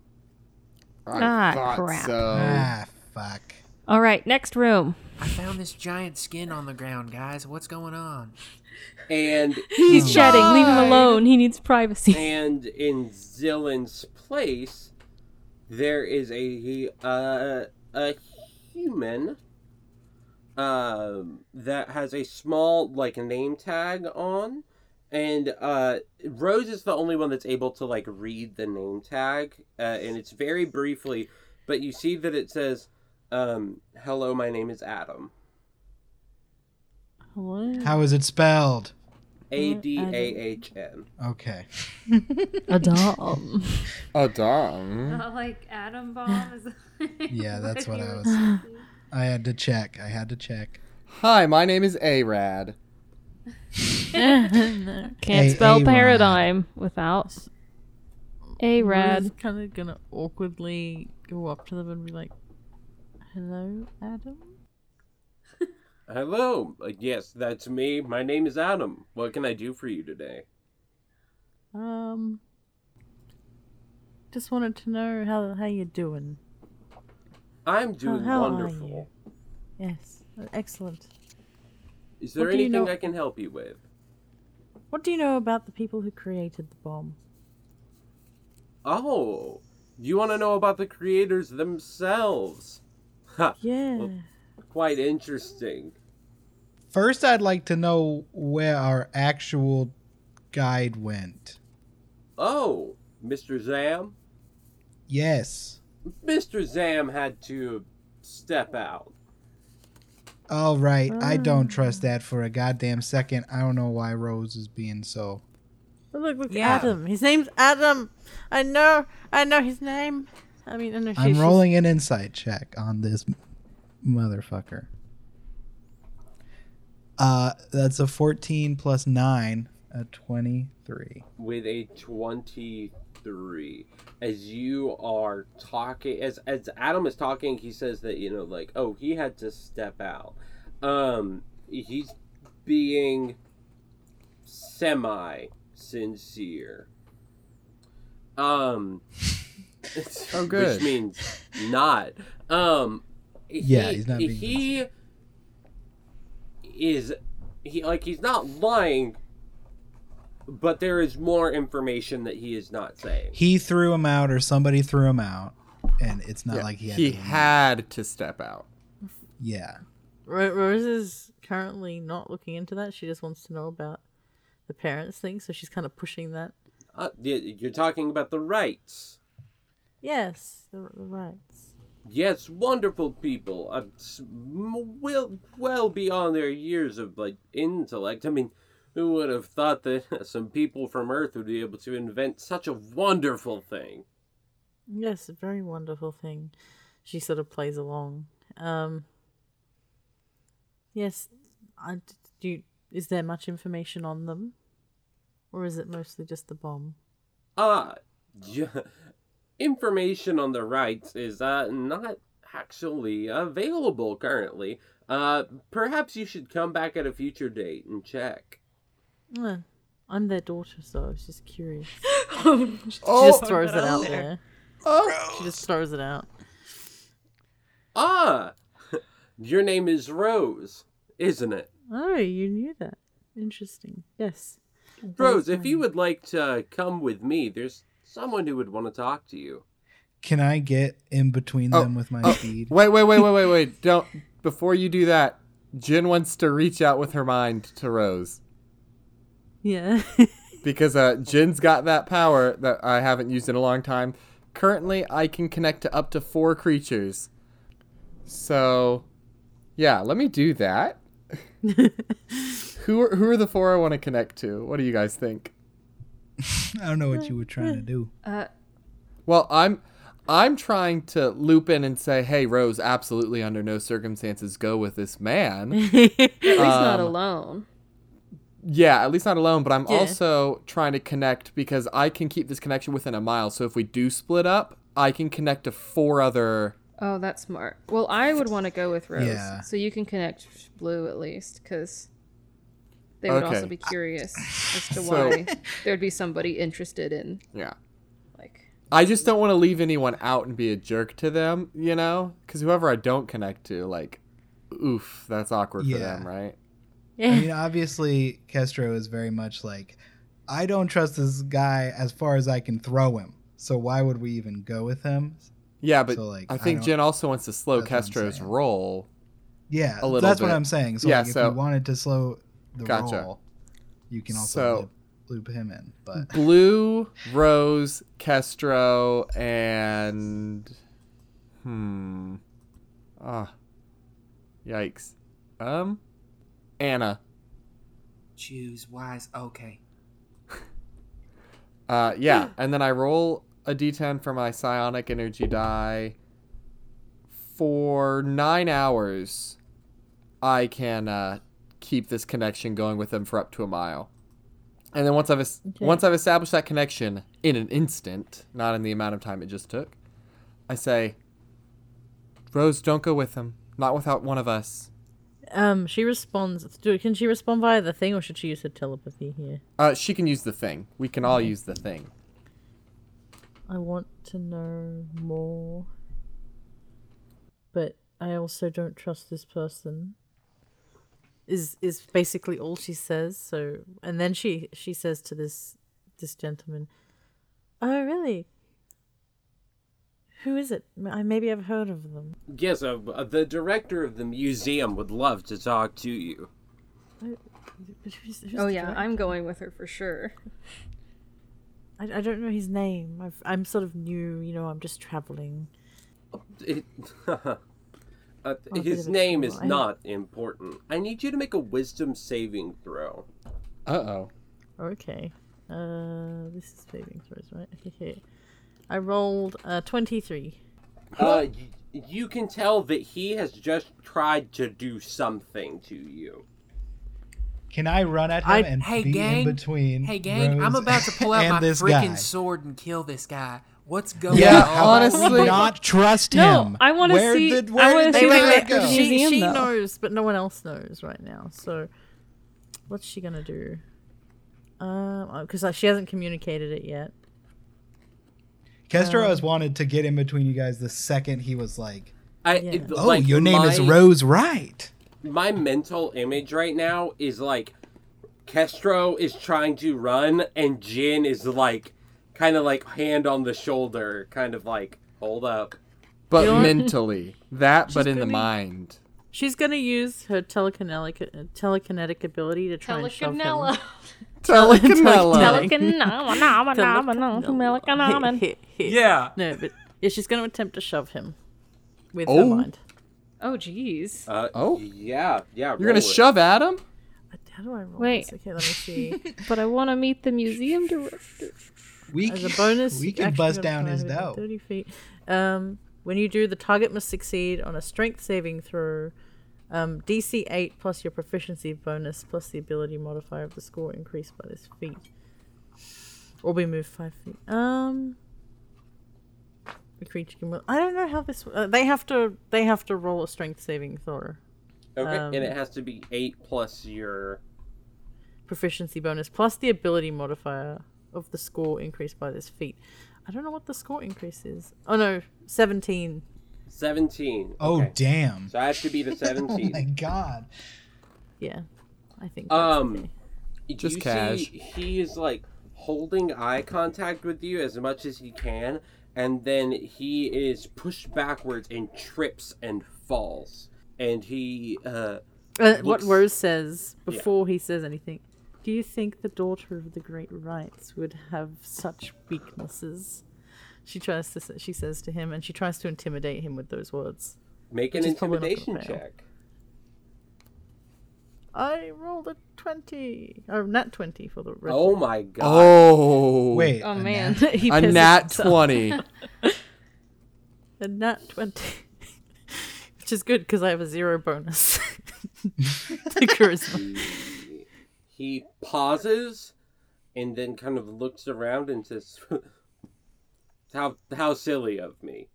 Speaker 2: I
Speaker 8: Ah,
Speaker 2: thought
Speaker 8: crap.
Speaker 2: so.
Speaker 4: Ah, fuck.
Speaker 8: All right, next room.
Speaker 3: I found this giant skin on the ground, guys. What's going on?
Speaker 1: And
Speaker 8: He's shedding. Leave him alone. He needs privacy.
Speaker 1: and in Zillin's place, there is a uh, a human um, that has a small like name tag on, and uh, Rose is the only one that's able to like read the name tag, uh, and it's very briefly, but you see that it says, um, "Hello, my name is Adam."
Speaker 4: How is it spelled?
Speaker 1: A D A H N.
Speaker 4: Okay.
Speaker 6: A dom.
Speaker 2: Oh, darn.
Speaker 7: Not like atom bomb is
Speaker 4: Yeah, that's what I was. I had to check. I had to check.
Speaker 2: Hi, my name is Arad.
Speaker 6: no.
Speaker 5: Can't
Speaker 4: A-
Speaker 5: spell
Speaker 4: A-Rod.
Speaker 5: paradigm without a rad.
Speaker 6: kind of gonna awkwardly go up to them and be like, "Hello, Adam."
Speaker 1: Hello. Uh, Yes, that's me. My name is Adam. What can I do for you today?
Speaker 6: Um, just wanted to know how how you doing.
Speaker 1: I'm doing
Speaker 6: Oh, how are
Speaker 1: wonderful.
Speaker 6: Yes, excellent.
Speaker 1: Is there
Speaker 6: What do you
Speaker 1: anything
Speaker 6: know-
Speaker 1: I can help you with?
Speaker 6: What do you know about the people who created the bomb?
Speaker 1: Oh, you want to know about the creators themselves? Ha,
Speaker 6: Yeah.
Speaker 1: quite interesting.
Speaker 4: First, I'd like to know where our actual guide went.
Speaker 1: Oh, Mr. Zam?
Speaker 4: Yes.
Speaker 1: Mr. Zam had to step out.
Speaker 4: All right. I don't trust that for a goddamn second. I don't know why Rose is being so.
Speaker 6: Oh, look, look,
Speaker 3: Yeah.
Speaker 6: Adam. His name's Adam. I know, I know his name. I mean, I know she,
Speaker 4: I'm
Speaker 6: she's-
Speaker 4: rolling an insight check on this motherfucker. Uh, that's a 14 plus 9, a 23.
Speaker 1: with a 23 as you are talking as as adam is talking he says that you know like oh he had to step out um he's being semi sincere um
Speaker 2: Oh, good.
Speaker 1: which means not um
Speaker 4: Yeah,
Speaker 1: he-
Speaker 4: he's not being
Speaker 1: he is he like he's not lying but there is more information that he is not saying.
Speaker 4: He threw him out, or somebody threw him out, and it's not
Speaker 2: Yeah,
Speaker 4: like he had.
Speaker 2: he
Speaker 4: to leave.
Speaker 2: had to step out.
Speaker 4: yeah.
Speaker 6: Ro- Rose is currently not looking into that. She just wants to know about the parents thing, so she's kind of pushing that.
Speaker 1: Uh, y- you're talking about the rights.
Speaker 6: Yes, the, the rights.
Speaker 1: Yes, wonderful people. Uh, s- m- well, well beyond their years of like intellect. I mean, who would have thought that some people from Earth would be able to invent such a wonderful thing?
Speaker 6: Yes, a very wonderful thing. She sort of plays along. Um. Yes, I d- do. You, is there much information on them, or is it mostly just the bomb?
Speaker 1: Ah, yeah. information on the rights is uh, not actually available currently. Uh, perhaps you should come back at a future date and check.
Speaker 6: Uh, I'm their daughter, so I was just curious.
Speaker 2: Oh,
Speaker 6: she just throws it out there.
Speaker 1: Oh,
Speaker 6: She just throws it out.
Speaker 1: Ah, your name is Rose, isn't it?
Speaker 6: Oh, you knew that. Interesting. Yes.
Speaker 1: Rose, if you would like to come with me, there's someone who would want to talk to you.
Speaker 4: Can I get in between
Speaker 2: Oh,
Speaker 4: them with my
Speaker 2: oh,
Speaker 4: speed?
Speaker 2: Wait, wait, wait, wait, wait, wait. Don't before you do that, Jin wants to reach out with her mind to Rose.
Speaker 6: Yeah.
Speaker 2: Because uh Jin's got that power that I haven't used in a long time. Currently I can connect to up to four creatures. So yeah, let me do that. who are who are the four I want to connect to? What do you guys think?
Speaker 4: I don't know what you were trying to do.
Speaker 8: Uh,
Speaker 2: Well, I'm I'm trying to loop in and say, "Hey, Rose, absolutely under no circumstances go with this man."
Speaker 8: At least not
Speaker 2: Um,
Speaker 8: alone.
Speaker 2: yeah, at least not alone, but I'm
Speaker 6: Yeah.
Speaker 2: also trying to connect because I can keep this connection within a mile. So if we do split up, I can connect to four other
Speaker 8: Oh, that's smart. Well, I would want to go with Rose,
Speaker 4: Yeah.
Speaker 8: so you can connect Blue at least, because they would also
Speaker 2: Okay.
Speaker 8: be curious as to
Speaker 2: So-
Speaker 8: why there'd be somebody interested in
Speaker 2: Yeah.
Speaker 8: like.
Speaker 2: I just don't want to leave anyone out and be a jerk to them, you know? Cuz whoever I don't connect to like oof, that's awkward for
Speaker 4: Yeah.
Speaker 2: them, right?
Speaker 4: I
Speaker 6: yeah.
Speaker 4: mean, obviously, Kestro is very much like, I don't trust this guy as far as I can throw him. So why would we even go with him?
Speaker 2: Yeah, but
Speaker 4: So, like,
Speaker 2: I
Speaker 4: I
Speaker 2: think
Speaker 4: don't-
Speaker 2: Jen also wants to slow
Speaker 4: That's what I'm
Speaker 2: Kestro's
Speaker 4: saying.
Speaker 2: roll.
Speaker 4: Yeah,
Speaker 2: A little
Speaker 4: that's
Speaker 2: bit.
Speaker 4: what I'm saying. So
Speaker 2: Yeah,
Speaker 4: like,
Speaker 2: so-
Speaker 4: if you wanted to slow the
Speaker 2: Gotcha.
Speaker 4: roll, you can also
Speaker 2: So-
Speaker 4: loop, loop him in. But
Speaker 2: Blue, Rose, Kestro, and hmm, ah, yikes, um, Anna.
Speaker 3: Choose wise. Okay.
Speaker 2: Uh,
Speaker 6: Mm.
Speaker 2: yeah, and then I roll a d10 for my psionic energy die for nine hours. I can uh, keep this connection going with them for up to a mile. And then once I've es- once I've established that connection in an instant, not in the amount of time it just took, I say, Rose, don't go with them. Not without one of us.
Speaker 6: Um, she responds. Do, can she respond via the thing, or should she use her telepathy here?
Speaker 2: Uh, she can use the thing. We can
Speaker 6: Mm-hmm.
Speaker 2: all use the thing.
Speaker 6: I want to know more, but I also don't trust this person. Is is basically all she says. So, and then she she says to this this gentleman, "Oh, really? Who is it? M- I maybe I've heard of them.
Speaker 1: Yes, uh, uh, the director of the museum would love to talk to you.
Speaker 6: But who's, who's
Speaker 8: oh
Speaker 6: the
Speaker 8: yeah,
Speaker 6: guy?
Speaker 8: I'm going with her for sure.
Speaker 6: I, I don't know his name. I've, I'm sort of new. You know, I'm just traveling.
Speaker 1: It, uh,
Speaker 6: bit
Speaker 1: his
Speaker 6: of a
Speaker 1: name is
Speaker 6: troll, I-
Speaker 1: not important. I need you to make a wisdom saving throw.
Speaker 2: Uh oh.
Speaker 6: Okay. Uh, this is saving throws, right? I rolled uh, 23.
Speaker 1: Uh, y- you can tell that he has just tried to do something to you.
Speaker 4: Can I run at him
Speaker 6: I-
Speaker 4: and
Speaker 3: Hey
Speaker 4: be
Speaker 3: gang.
Speaker 4: in between?
Speaker 3: Hey gang,
Speaker 4: Rose
Speaker 3: I'm about to pull out
Speaker 4: and
Speaker 3: my
Speaker 4: this
Speaker 3: freaking
Speaker 4: guy?
Speaker 3: sword Oh, and kill this guy. What's going
Speaker 2: Yeah,
Speaker 3: on?
Speaker 4: how can we
Speaker 2: honestly-
Speaker 4: not trust
Speaker 8: No,
Speaker 4: him.
Speaker 8: I wanna
Speaker 4: Where
Speaker 8: see-
Speaker 4: Did,
Speaker 8: I
Speaker 4: where
Speaker 8: wanna
Speaker 4: did
Speaker 8: see
Speaker 4: this
Speaker 8: wait,
Speaker 4: guy
Speaker 8: wait,
Speaker 4: go?
Speaker 5: wait.
Speaker 6: She,
Speaker 5: Museum,
Speaker 6: she
Speaker 5: though.
Speaker 6: knows, but no one else knows right now. So, what's she gonna do? Um, because like, she hasn't communicated it yet.
Speaker 4: Kestro has wanted to get in between you guys the second he was like,
Speaker 1: I,
Speaker 6: Yeah.
Speaker 1: it-
Speaker 4: "Oh,
Speaker 1: like,
Speaker 4: your name is
Speaker 1: my-
Speaker 4: Rose Wright."
Speaker 1: my mental image right now is like Kestro is trying to run and Jin is like kind of like hand on the shoulder, kind of like hold up.
Speaker 2: But
Speaker 6: You know what?
Speaker 2: mentally, that, but
Speaker 6: She's
Speaker 2: in the
Speaker 6: gonna-
Speaker 2: mind.
Speaker 6: She's gonna use her telekinetic uh, telekinetic ability to try and shove him.
Speaker 8: Telekinella.
Speaker 2: Telekinella.
Speaker 6: Telekinella.
Speaker 8: Telekinella.
Speaker 6: Hit, hit, hit.
Speaker 3: Yeah.
Speaker 6: No, but yeah, she's gonna attempt to shove him with her
Speaker 2: Oh.
Speaker 6: mind.
Speaker 8: Oh jeez.
Speaker 1: Uh,
Speaker 2: Oh.
Speaker 1: yeah, yeah.
Speaker 2: You're gonna
Speaker 1: roll it.
Speaker 2: shove at him?
Speaker 6: How do I roll?
Speaker 7: Wait.
Speaker 6: This? Okay, let me see.
Speaker 7: But I want to meet the museum director.
Speaker 4: We
Speaker 6: As
Speaker 4: can,
Speaker 6: a bonus,
Speaker 4: we
Speaker 6: you
Speaker 4: can
Speaker 6: actually
Speaker 4: bust
Speaker 6: gotta
Speaker 4: down
Speaker 6: fly
Speaker 4: his
Speaker 6: within
Speaker 4: dough.
Speaker 6: Thirty feet. Um, when you do, the target must succeed on a strength saving throw. Um, DC eight plus your proficiency bonus plus the ability modifier of the score increased by this feat, or be moved five feet. Um, the creature can. I don't know how this. Uh, they have to. They have to roll a strength saving throw.
Speaker 1: Okay,
Speaker 6: Um,
Speaker 1: and it has to be eight plus your.
Speaker 6: proficiency bonus plus the ability modifier of the score increased by this feat. I don't know what the score increase is. Oh no, 17.
Speaker 1: 17.
Speaker 4: Oh
Speaker 1: okay.
Speaker 4: damn! Oh,
Speaker 1: So I have to be the 17.
Speaker 4: My God,
Speaker 6: Yeah, I think. that's
Speaker 1: Um,
Speaker 6: okay.
Speaker 2: Just
Speaker 1: you
Speaker 2: cash.
Speaker 1: See, he is like holding eye contact with you as much as he can, and then he is pushed backwards and trips and falls. And he, uh,
Speaker 6: Uh, what
Speaker 1: looks-
Speaker 6: Rose says before he says anything. Do you think the daughter of the great rights would have such weaknesses? She tries to. s- She says to him, and she tries to intimidate him with those words.
Speaker 1: make an
Speaker 6: Which is probably not gonna
Speaker 1: intimidation
Speaker 6: fail.
Speaker 1: check.
Speaker 6: I rolled a twenty, or nat twenty for the rest.
Speaker 1: Oh my god.
Speaker 2: Oh.
Speaker 4: wait. uh,
Speaker 8: Oh
Speaker 4: a
Speaker 8: man.
Speaker 4: nat-
Speaker 6: he
Speaker 2: A
Speaker 6: pisses
Speaker 2: nat
Speaker 6: himself.
Speaker 2: 20.
Speaker 6: A nat 20. Which is good because I have a zero bonus to charisma.
Speaker 1: He pauses and then kind of looks around and says, "How how silly of me."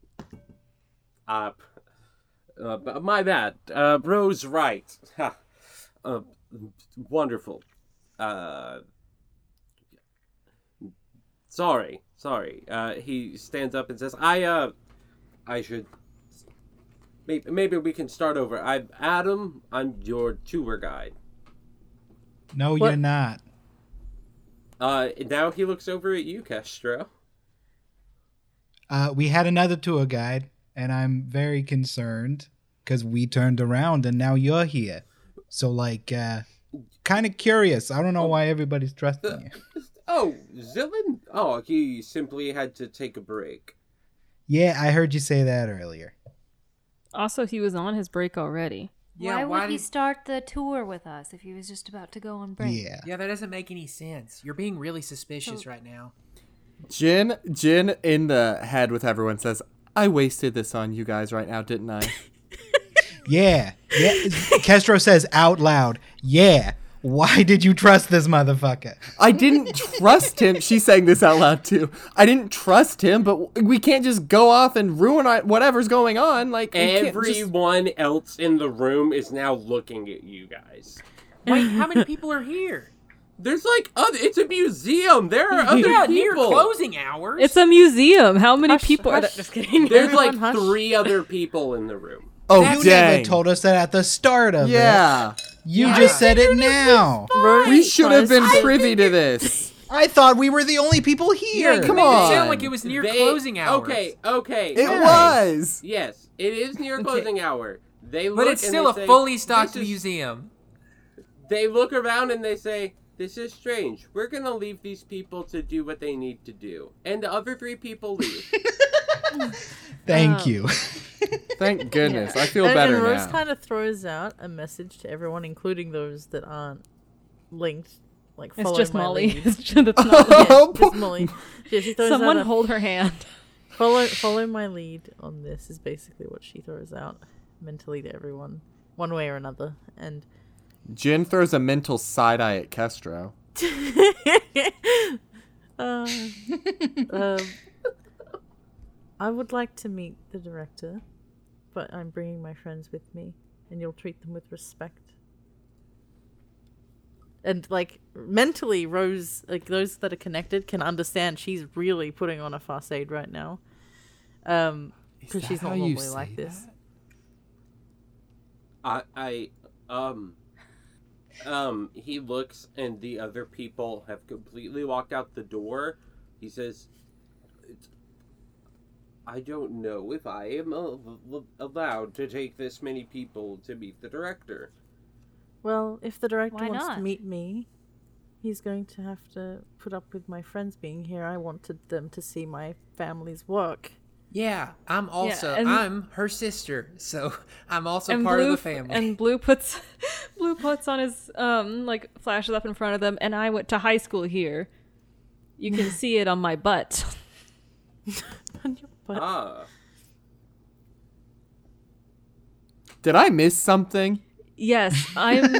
Speaker 1: Uh, uh b- my bad. Uh, Rose Wright. Ha. uh, wonderful. Uh, sorry, sorry. Uh, he stands up and says, "I uh, I should." Maybe, maybe we can start over. I'm Adam. I'm your tour guide.
Speaker 4: No,
Speaker 6: What?
Speaker 4: you're not.
Speaker 1: Uh, now he looks over at you, Castro.
Speaker 4: Uh, we had another tour guide, and I'm very concerned because we turned around and now you're here. So, like, uh, kind of curious. I don't know why everybody's trusting you.
Speaker 1: Oh, Zillin? Oh, he simply had to take a break.
Speaker 4: Yeah, I heard you say that earlier.
Speaker 8: Also, he was on his break already.
Speaker 3: Yeah,
Speaker 7: why,
Speaker 3: why
Speaker 7: would he
Speaker 3: did-
Speaker 7: start the tour with us if he was just about to go on break?
Speaker 4: Yeah.
Speaker 3: Yeah, that doesn't make any sense. You're being really suspicious right now.
Speaker 2: Jin, Jin in the head with everyone says, I wasted this on you guys right now, didn't I?
Speaker 4: Yeah. Yeah. Castro says out loud, yeah. Why did you trust this motherfucker?
Speaker 2: I didn't trust him. She's saying this out loud too. I didn't trust him, but we can't just go off and ruin our, whatever's going on. Like we can't just-
Speaker 1: Everyone else in the room is now looking at you guys.
Speaker 3: Wait, how many people are here?
Speaker 1: There's like other. It's a museum. There are other
Speaker 3: Yeah, near
Speaker 1: people.
Speaker 3: closing hours.
Speaker 5: It's a museum. How many
Speaker 6: Hush,
Speaker 5: people are
Speaker 6: hush.
Speaker 5: there? Just kidding.
Speaker 1: There's like
Speaker 6: Everyone hush.
Speaker 1: three other people in the room.
Speaker 2: oh
Speaker 4: you
Speaker 2: dang.
Speaker 4: never told us that at the start of it.
Speaker 2: yeah,
Speaker 4: You just said it now.
Speaker 2: we should have been privy to this.
Speaker 4: I thought we were the only people here.
Speaker 2: come
Speaker 3: It
Speaker 2: on.
Speaker 3: sounded like it was near
Speaker 1: They-
Speaker 3: closing hours.
Speaker 1: Okay, okay.
Speaker 2: It
Speaker 1: okay.
Speaker 2: was.
Speaker 1: Yes, it is near closing hour. They look
Speaker 3: But it's
Speaker 1: and
Speaker 3: still a
Speaker 1: they say,
Speaker 3: fully stocked
Speaker 1: "This is
Speaker 3: museum.
Speaker 1: they look around and they say, "This is strange. We're gonna leave these people to do what they need to do." And the other three people leave.
Speaker 2: Oh.
Speaker 4: Thank you.
Speaker 2: Thank goodness. I feel
Speaker 6: and,
Speaker 2: better
Speaker 6: and Rose
Speaker 2: now.
Speaker 6: kind of throws out a message to everyone, including those that aren't linked. Like
Speaker 5: It's
Speaker 6: follow
Speaker 5: just
Speaker 6: my
Speaker 5: Molly.
Speaker 6: lead.
Speaker 5: It's just, that's not,
Speaker 6: Yeah,
Speaker 2: Oh,
Speaker 6: just
Speaker 2: po-
Speaker 6: Molly. Yeah, she throws
Speaker 5: someone
Speaker 6: out a,
Speaker 5: hold her hand.
Speaker 6: follow follow my lead on this is basically what she throws out mentally to everyone, one way or another. And
Speaker 2: Jin throws a mental side eye at Kestro.
Speaker 6: Uh, um, I would like to meet the director, but I'm bringing my friends with me, and you'll treat them with respect. And like mentally, Rose, like those that are connected, can understand she's really putting on a facade right now, um, because she's not normally like this.
Speaker 1: I, I, um, um. He looks, and the other people have completely walked out the door. He says, "It's- "I don't know if I am al- al- allowed to take this many people to meet the director."
Speaker 6: Well, if the director
Speaker 7: Why
Speaker 6: wants to
Speaker 7: not?
Speaker 6: meet me, he's going to have to put up with my friends being here. I wanted them to see my family's work.
Speaker 3: Yeah, I'm also
Speaker 8: and-
Speaker 3: I'm her sister, so I'm also
Speaker 8: and
Speaker 3: part
Speaker 8: blue
Speaker 3: of the
Speaker 8: f-
Speaker 3: family.
Speaker 8: And blue puts blue puts on his um like flashes up in front of them. And I went to high school here. You can see it on my butt.
Speaker 6: But
Speaker 1: Ah,
Speaker 2: Did I miss something?
Speaker 8: Yes, I'm.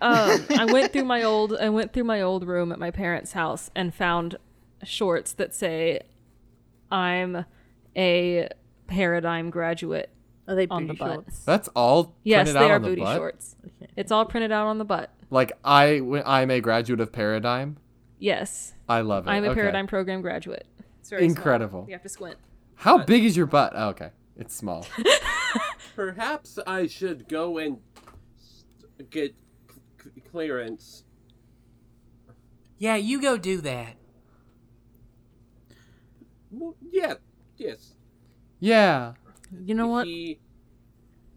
Speaker 8: um, I went through my old. I went through my old room at my parents' house and found shorts that say, "I'm a paradigm graduate."
Speaker 6: are they
Speaker 8: On the
Speaker 6: booty
Speaker 8: butt.
Speaker 6: shorts?
Speaker 2: That's all.
Speaker 8: Yes,
Speaker 2: printed
Speaker 8: they
Speaker 2: out
Speaker 8: are
Speaker 2: on the
Speaker 8: booty
Speaker 2: butt?
Speaker 8: shorts. It's all printed out on the butt.
Speaker 2: Like I, w- I'm a graduate of Paradigm.
Speaker 8: Yes,
Speaker 2: I love it.
Speaker 8: I'm a
Speaker 2: Okay.
Speaker 8: paradigm program graduate. It's very small.
Speaker 2: Incredible.
Speaker 8: You have to squint.
Speaker 2: How big is your butt? Oh, okay, it's small.
Speaker 1: perhaps I should go and s- get c- c- clearance.
Speaker 3: yeah, you go do that.
Speaker 1: Well, yeah, yes.
Speaker 2: yeah.
Speaker 6: You know what?
Speaker 1: He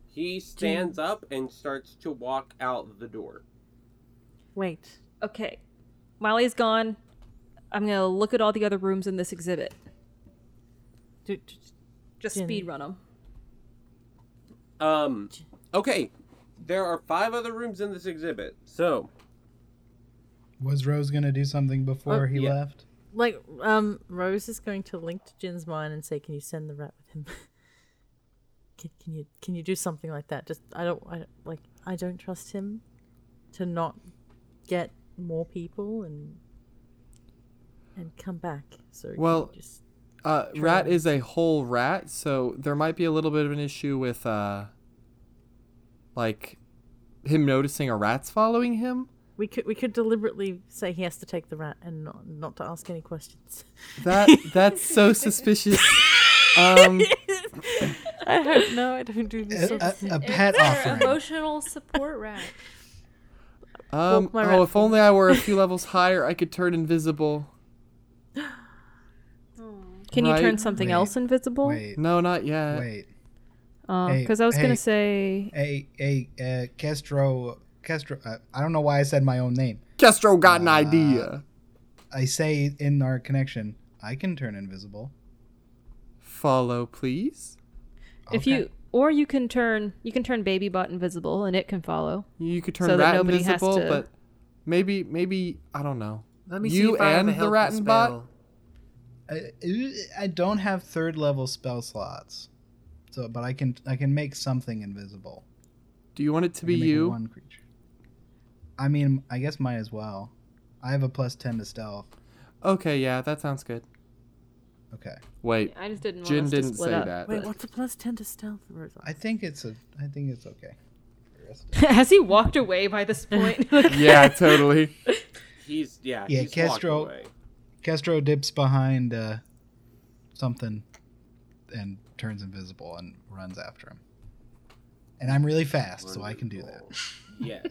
Speaker 1: he stands up and starts to walk out the door.
Speaker 6: Wait.
Speaker 8: Okay, Molly's gone. I'm gonna look at all the other rooms in this exhibit.
Speaker 6: Do, do-
Speaker 8: Just
Speaker 6: Jin.
Speaker 8: speed run them.
Speaker 1: Um okay. There are five other rooms in this exhibit. So,
Speaker 4: Was Rose going to do something
Speaker 2: Uh,
Speaker 4: before he left?
Speaker 6: like, um, Rose is going to link to Jin's mind and say, "Can you send the rat with him? can, can you can you do something like that? Just I don't I don't- like I don't trust him to not get more people and and come back. So can you
Speaker 2: Well,
Speaker 6: just
Speaker 2: Uh, rat is a whole rat, so there might be a little bit of an issue with, uh, like, him noticing a rat's following him.
Speaker 6: We could we could deliberately say he has to take the rat and not not to ask any questions.
Speaker 2: That that's so suspicious. Um,
Speaker 6: I don't know. I don't do this.
Speaker 4: A,
Speaker 6: sort
Speaker 4: a-
Speaker 6: of
Speaker 4: a
Speaker 6: thing.
Speaker 4: pet
Speaker 7: Their
Speaker 4: offering.
Speaker 7: emotional support rat.
Speaker 2: um,
Speaker 6: my
Speaker 2: oh,
Speaker 6: rat
Speaker 2: if only I were a few levels higher, I could turn invisible.
Speaker 8: Can you turn
Speaker 2: Right.
Speaker 8: something
Speaker 4: Wait.
Speaker 8: else invisible?
Speaker 4: Wait,
Speaker 2: No, not yet.
Speaker 4: wait. Hey,
Speaker 8: Because I was
Speaker 4: hey.
Speaker 8: gonna say
Speaker 4: Hey, hey, uh, Castro. Castro. Uh, I don't know why I said my own name.
Speaker 2: Kestro got an idea.
Speaker 4: I say in our connection, I can turn invisible.
Speaker 2: Follow, please.
Speaker 8: if
Speaker 4: Okay.
Speaker 8: you or you can turn you can turn baby bot invisible and it can follow.
Speaker 2: You could turn
Speaker 8: So that
Speaker 2: rat
Speaker 8: nobody has
Speaker 2: invisible,
Speaker 8: to-
Speaker 2: but maybe, maybe I don't know.
Speaker 3: Let me see
Speaker 2: You
Speaker 3: if I have
Speaker 2: and
Speaker 3: a
Speaker 2: the
Speaker 3: helpful
Speaker 2: rat and bot?
Speaker 3: spell.
Speaker 4: I, I don't have third level spell slots, so but I can I can make something invisible.
Speaker 2: Do you want it to be
Speaker 4: Make it
Speaker 2: you?
Speaker 4: One creature. I mean, I guess might as well. I have a plus ten to stealth.
Speaker 2: Okay, yeah, that sounds good.
Speaker 4: Okay.
Speaker 2: Wait,
Speaker 8: I just didn't want
Speaker 2: Jin
Speaker 8: us to
Speaker 2: didn't
Speaker 6: split
Speaker 2: say
Speaker 6: up.
Speaker 2: that.
Speaker 6: Wait, what's a plus ten to stealth? Rosa?
Speaker 4: I think it's a. I think it's okay.
Speaker 8: Has he walked away by this point?
Speaker 2: yeah, totally.
Speaker 1: He's yeah.
Speaker 4: Yeah,
Speaker 1: he's walked
Speaker 4: Kestrel-
Speaker 1: away.
Speaker 4: Kestro dips behind uh, something and turns invisible and runs after him. And I'm really fast, so I can do that.
Speaker 1: Yes.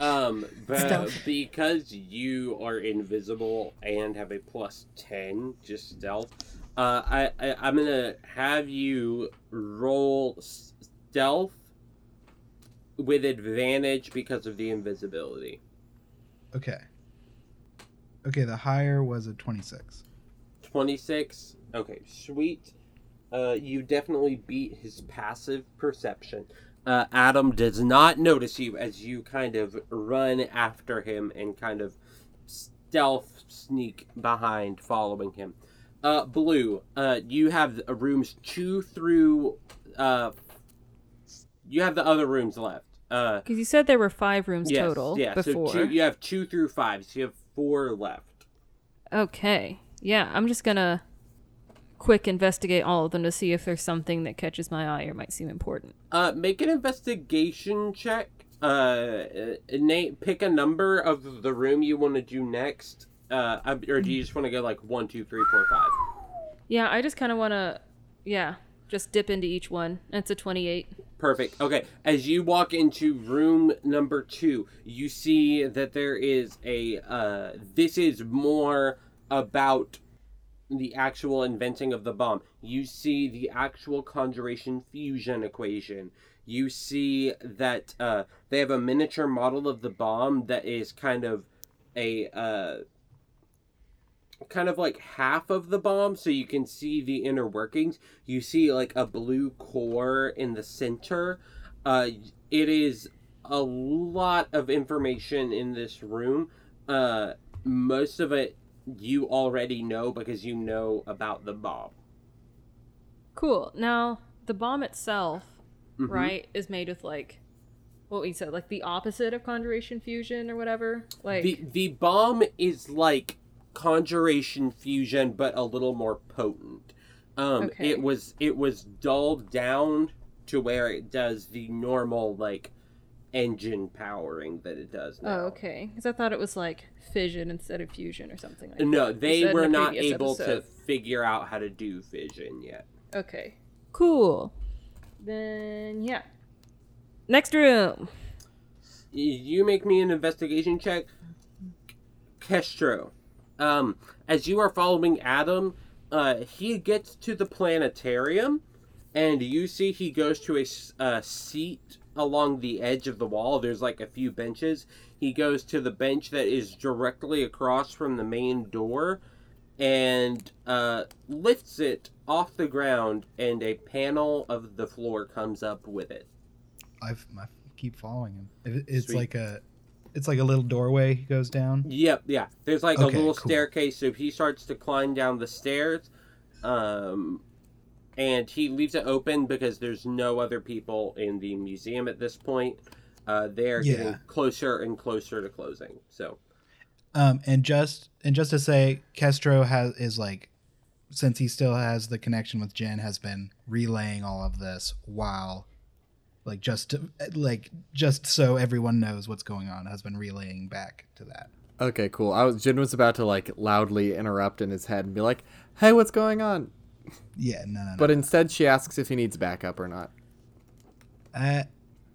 Speaker 1: Um, but
Speaker 6: Stealth.
Speaker 1: because you are invisible and have a plus ten just stealth, uh, I, I I'm gonna have you roll s- stealth with advantage because of the invisibility.
Speaker 4: Okay. Okay, the higher was a 26.
Speaker 1: 26. Okay, sweet. Uh, you definitely beat his passive perception. Uh, Adam does not notice you as you kind of run after him and kind of stealth sneak behind, following him. Uh, Blue, uh, you have uh, rooms two through. Uh, you have the other rooms left. Uh,
Speaker 5: Because you said there were five rooms
Speaker 1: yes,
Speaker 5: total
Speaker 1: yeah.
Speaker 5: before.
Speaker 1: So two, you have two through five, so you have four left.
Speaker 8: okay. Yeah, I'm just gonna quick investigate all of them to see if there's something that catches my eye or might seem important.
Speaker 1: Uh, make an investigation check. Uh, Nate, pick a number of the room you want to do next. Uh, um, or do you just want to go like one, two, three, four, five?
Speaker 8: Yeah, I just kind of want to, yeah, just dip into each one. That's a 28.
Speaker 1: Perfect. Okay. As you walk into room number two, you see that there is a. Uh, this is more about the actual inventing of the bomb. You see the actual conjuration fusion equation. You see that uh, they have a miniature model of the bomb that is kind of a. Uh, kind of like half of the bomb so you can see the inner workings you see like a blue core in the center uh it is a lot of information in this room uh most of it you already know because you know about the bomb
Speaker 8: Cool. Now, the bomb itself,
Speaker 1: Mhm.
Speaker 8: right, is made with like, what we said, like the opposite of Conjuration Fusion or whatever. Like,
Speaker 1: the the bomb is like conjuration fusion but a little more potent um
Speaker 8: Okay.
Speaker 1: it was it was dulled down to where it does the normal like engine powering that it does now.
Speaker 8: oh, okay. Because I thought it was like fission instead of fusion or something like that.
Speaker 1: no
Speaker 8: said
Speaker 1: they
Speaker 8: in
Speaker 1: were
Speaker 8: the
Speaker 1: not
Speaker 8: previous
Speaker 1: able
Speaker 8: episode.
Speaker 1: to figure out how to do fission yet
Speaker 8: Okay. Cool. Then, yeah. Next room.
Speaker 1: Y- you make me an investigation check kestro um as you are following adam uh he gets to the planetarium and you see he goes to a s- uh, seat along the edge of the wall there's like a few benches he goes to the bench that is directly across from the main door and uh, lifts it off the ground and a panel of the floor comes up with it
Speaker 4: I've, I keep following him. It- It's
Speaker 1: Sweet.
Speaker 4: like a, it's like a little doorway he goes down.
Speaker 1: Yep, yeah. There's like
Speaker 4: Okay,
Speaker 1: a little
Speaker 4: cool.
Speaker 1: staircase, so he starts to climb down the stairs, um, and he leaves it open because there's no other people in the museum at this point. Uh, they're
Speaker 4: Yeah.
Speaker 1: getting closer and closer to closing. So,
Speaker 4: Um, and just and just to say, Kestro has is like, since he still has the connection with Jen, has been relaying all of this while, like just to, like just so everyone knows what's going on, has been relaying back to that.
Speaker 2: Okay, cool. I was Jin was about to like loudly interrupt in his head and be like, "Hey, what's going on?"
Speaker 4: Yeah, no, no, no.
Speaker 2: But instead, she asks if he needs backup or not.
Speaker 4: Uh,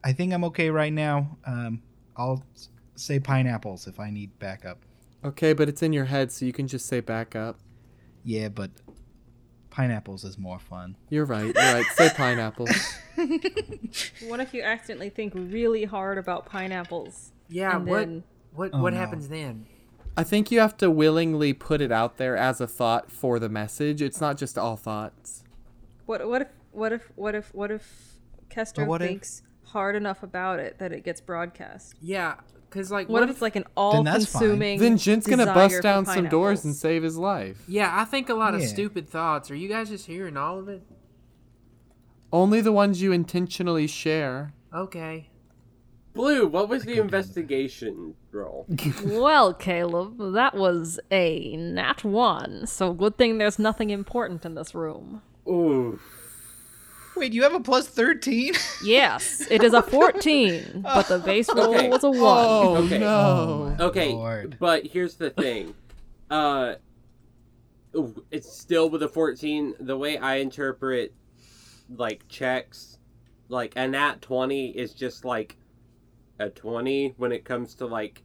Speaker 4: I think I'm okay right now. Um, I'll s- say pineapples if I need backup.
Speaker 2: Okay, but it's in your head, so you can just say backup.
Speaker 4: Yeah, but pineapples is more fun.
Speaker 2: You're right. You're right. say pineapple.
Speaker 8: What if you accidentally think really hard about pineapples?
Speaker 3: Yeah.
Speaker 8: And
Speaker 3: what?
Speaker 8: then-
Speaker 3: What?
Speaker 4: Oh,
Speaker 3: what
Speaker 4: no.
Speaker 3: happens then?
Speaker 2: I think you have to willingly put it out there as a thought for the message. It's not just all thoughts.
Speaker 8: What what if what if what if what if Kester
Speaker 4: But what if-
Speaker 8: thinks hard enough about it that it gets broadcast?
Speaker 3: Yeah. Because like,
Speaker 8: What, if it's like an all-consuming?
Speaker 2: Then Jin's gonna bust
Speaker 8: desire for
Speaker 2: down some doors
Speaker 8: pineapples?
Speaker 2: and save his life.
Speaker 3: Yeah, I think a lot of
Speaker 4: Yeah.
Speaker 3: stupid thoughts. Are you guys just hearing all of it?
Speaker 2: Only the ones you intentionally share.
Speaker 3: Okay.
Speaker 1: Blue, what was the investigation roll?
Speaker 8: Well, Caleb, that was a nat one, so good thing there's nothing important in this room.
Speaker 1: Ooh.
Speaker 4: Wait, you have a plus 13?
Speaker 8: Yes, it is a 14, but the base roll
Speaker 1: Okay.
Speaker 8: was a 1.
Speaker 2: Oh
Speaker 1: Okay.
Speaker 2: no.
Speaker 1: Okay,
Speaker 4: Oh, Lord.
Speaker 1: but here's the thing. Uh ooh, it's still with a 14. The way I interpret like checks, like an at 20 is just like a 20 when it comes to like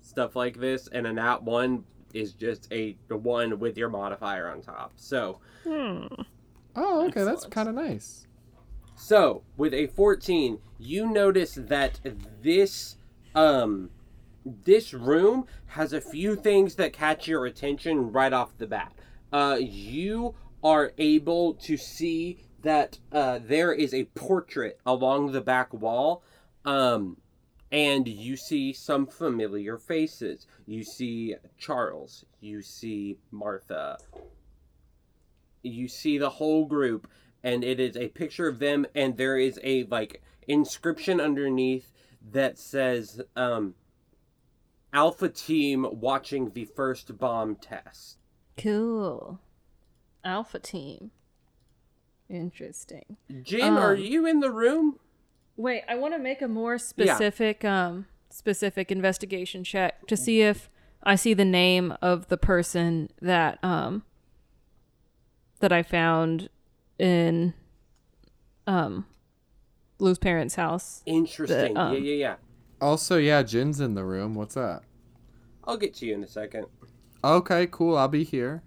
Speaker 1: stuff like this and an at 1 is just a the 1 with your modifier on top. So,
Speaker 2: Oh, okay, that's
Speaker 8: Excellent.
Speaker 2: kind of nice.
Speaker 1: So, with a 14, you notice that this um this room has a few things that catch your attention right off the bat. Uh you are able to see that uh there is a portrait along the back wall. Um and you see some familiar faces. You see Charles, you see Martha, you see the whole group and it is a picture of them and there is a like inscription underneath that says um alpha team watching the first bomb test
Speaker 8: Cool. Alpha team. Interesting.
Speaker 1: jin are
Speaker 8: Um,
Speaker 1: you in the room
Speaker 8: Wait, I want to make a more specific um specific investigation check to see if I see the name of the person that um that I found in um Blue's parents' house.
Speaker 1: interesting
Speaker 8: The, um,
Speaker 1: yeah yeah yeah
Speaker 2: Also, yeah, Jin's in the room. What's that?
Speaker 1: i'll get to you in a second
Speaker 2: Okay, cool. I'll be here.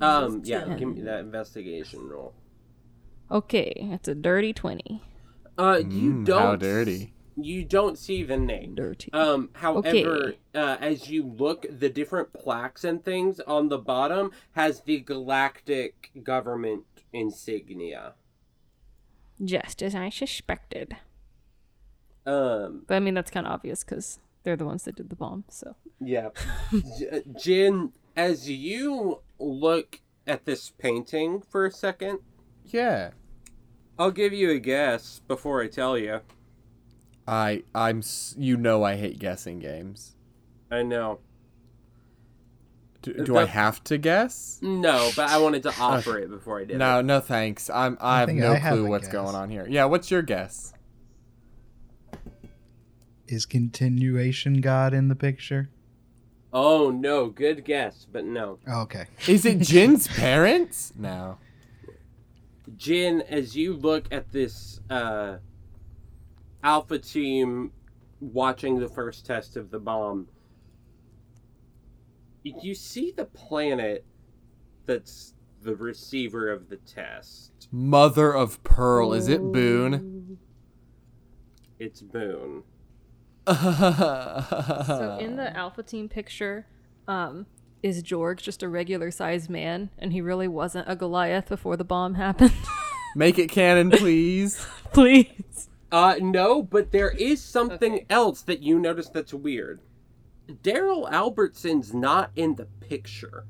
Speaker 1: um yeah give me that investigation roll
Speaker 8: Okay, it's a dirty 20.
Speaker 1: uh you
Speaker 2: Mm,
Speaker 1: don't
Speaker 2: How dirty.
Speaker 1: you don't see the name
Speaker 8: Dirty.
Speaker 1: Um, however,
Speaker 8: Okay.
Speaker 1: uh, as you look, the different plaques and things on the bottom has the galactic government insignia.
Speaker 8: Just as I suspected.
Speaker 1: Um,
Speaker 8: But I mean that's kind of obvious cuz they're the ones that did the bomb, so.
Speaker 1: yeah. J- Jin, as you look at this painting for a second,
Speaker 2: Yeah.
Speaker 1: I'll give you a guess before I tell you.
Speaker 2: I I'm s- you know I hate guessing games.
Speaker 1: I know.
Speaker 2: Do,
Speaker 4: Er,
Speaker 2: do I
Speaker 1: The-
Speaker 2: have to guess?
Speaker 1: No, but I wanted to offer it before I did.
Speaker 2: No, no thanks. I'm I have
Speaker 4: think
Speaker 2: no
Speaker 4: I have
Speaker 2: clue
Speaker 4: a
Speaker 2: what's
Speaker 4: guess.
Speaker 2: going on here. Yeah, what's your guess?
Speaker 4: Is continuation God in the picture?
Speaker 1: It. Oh no, good guess, but no.
Speaker 4: Okay.
Speaker 2: Is it Jin's parents? No.
Speaker 1: Jin, as you look at this uh, Alpha team watching the first test of the bomb, you see the planet that's the receiver of the test.
Speaker 2: Mother of Pearl. Is it Boone?
Speaker 1: It's Boone.
Speaker 8: So in the alpha team picture, um, is Jorg just a regular sized man and he really wasn't a Goliath before the bomb happened?
Speaker 2: Make it canon, please.
Speaker 8: Please.
Speaker 1: Uh, no, but there is something else that you notice that's weird. Daryl Albertson's not in the picture.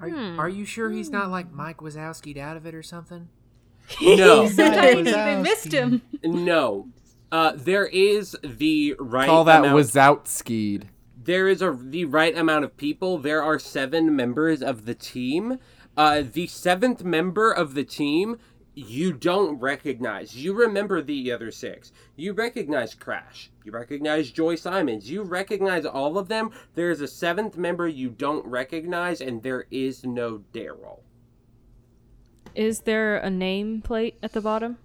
Speaker 3: Are,
Speaker 8: Hmm.
Speaker 3: are you sure he's not like Mike Wazowski'd out of it or something?
Speaker 1: No,
Speaker 8: they missed him.
Speaker 1: no. Uh, there is the right.
Speaker 2: Call that
Speaker 1: amount-
Speaker 2: Wazowski'd.
Speaker 1: there is a the right amount of people. There are seven members of the team. Uh, the seventh member of the team you don't recognize. You remember the other six. You recognize Crash. You recognize Joy Simons. You recognize all of them. There is a seventh member you don't recognize, and there is no Daryl.
Speaker 8: Is there a name plate at the bottom?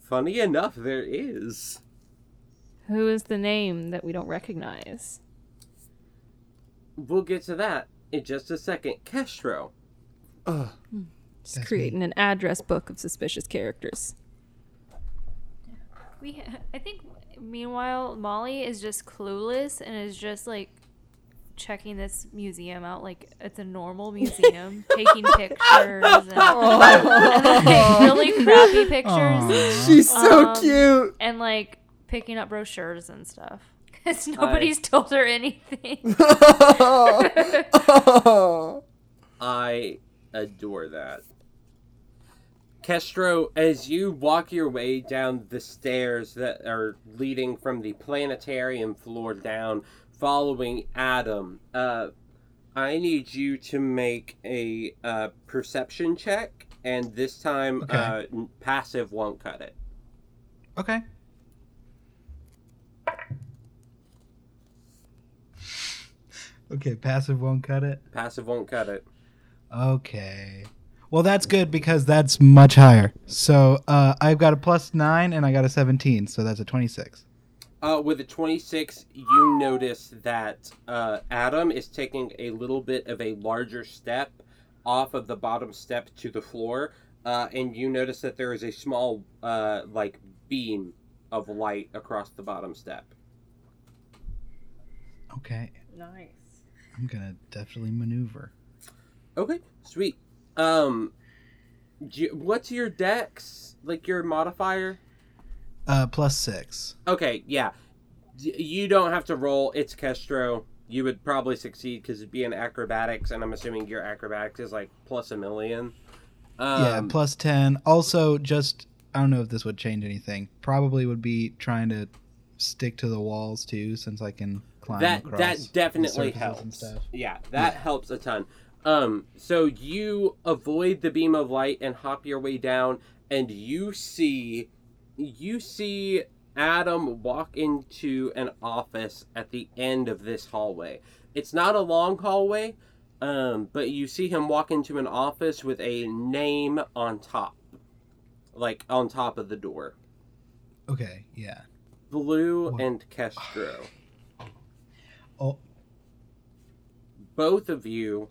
Speaker 1: Funny enough, there is.
Speaker 8: Who is the name that we don't recognize?
Speaker 1: We'll get to that in just a second. Kestro.
Speaker 2: Ugh.
Speaker 8: Just
Speaker 4: That's me.
Speaker 8: creating an address book of suspicious characters.
Speaker 7: We, ha- I think, meanwhile, Molly is just clueless and is just like checking this museum out like it's a normal museum, taking pictures and, and, like, really crappy pictures
Speaker 4: Aw.
Speaker 2: She's so
Speaker 7: Um,
Speaker 2: cute.
Speaker 7: and like picking up brochures and stuff because nobody's told her anything.
Speaker 2: oh.
Speaker 1: I adore that. Kestro, as you walk your way down the stairs that are leading from the planetarium floor down, following Adam, uh, I need you to make a uh, perception check, and this time
Speaker 4: Okay.
Speaker 1: uh, n- passive won't cut it.
Speaker 4: Okay. Okay, passive won't cut it.
Speaker 1: Passive won't cut it.
Speaker 4: Okay. Well, that's good because that's much higher. So uh, I've got a plus nine and I got a 17, so that's a 26.
Speaker 1: Uh, with a 26, you notice that uh, Adam is taking a little bit of a larger step off of the bottom step to the floor, uh, and you notice that there is a small, uh, like, beam of light across the bottom step.
Speaker 4: Okay,
Speaker 8: Nice.
Speaker 4: I'm gonna definitely maneuver.
Speaker 1: Okay, sweet. Um, do you- what's your dex, like, your modifier?
Speaker 4: Uh, plus six.
Speaker 1: Okay, yeah. D- you don't have to roll. It's Kestro. You would probably succeed because it'd be an acrobatics, and I'm assuming your acrobatics is like plus a million. Um,
Speaker 4: yeah, plus 10. Also, just, I don't know if this would change anything. Probably would be trying to stick to the walls too, since I can climb
Speaker 1: that
Speaker 4: across.
Speaker 1: that
Speaker 4: the
Speaker 1: definitely
Speaker 4: surfaces and
Speaker 1: helps.
Speaker 4: stuff.
Speaker 1: Yeah, that helps a ton. Um, so you avoid the beam of light and hop your way down, and you see, you see Adam walk into an office at the end of this hallway. It's not a long hallway, um, but you see him walk into an office with a name on top, like on top of the door,
Speaker 4: Okay, yeah.
Speaker 1: Blue
Speaker 4: What?
Speaker 1: and Kestro.
Speaker 4: Oh,
Speaker 1: both of you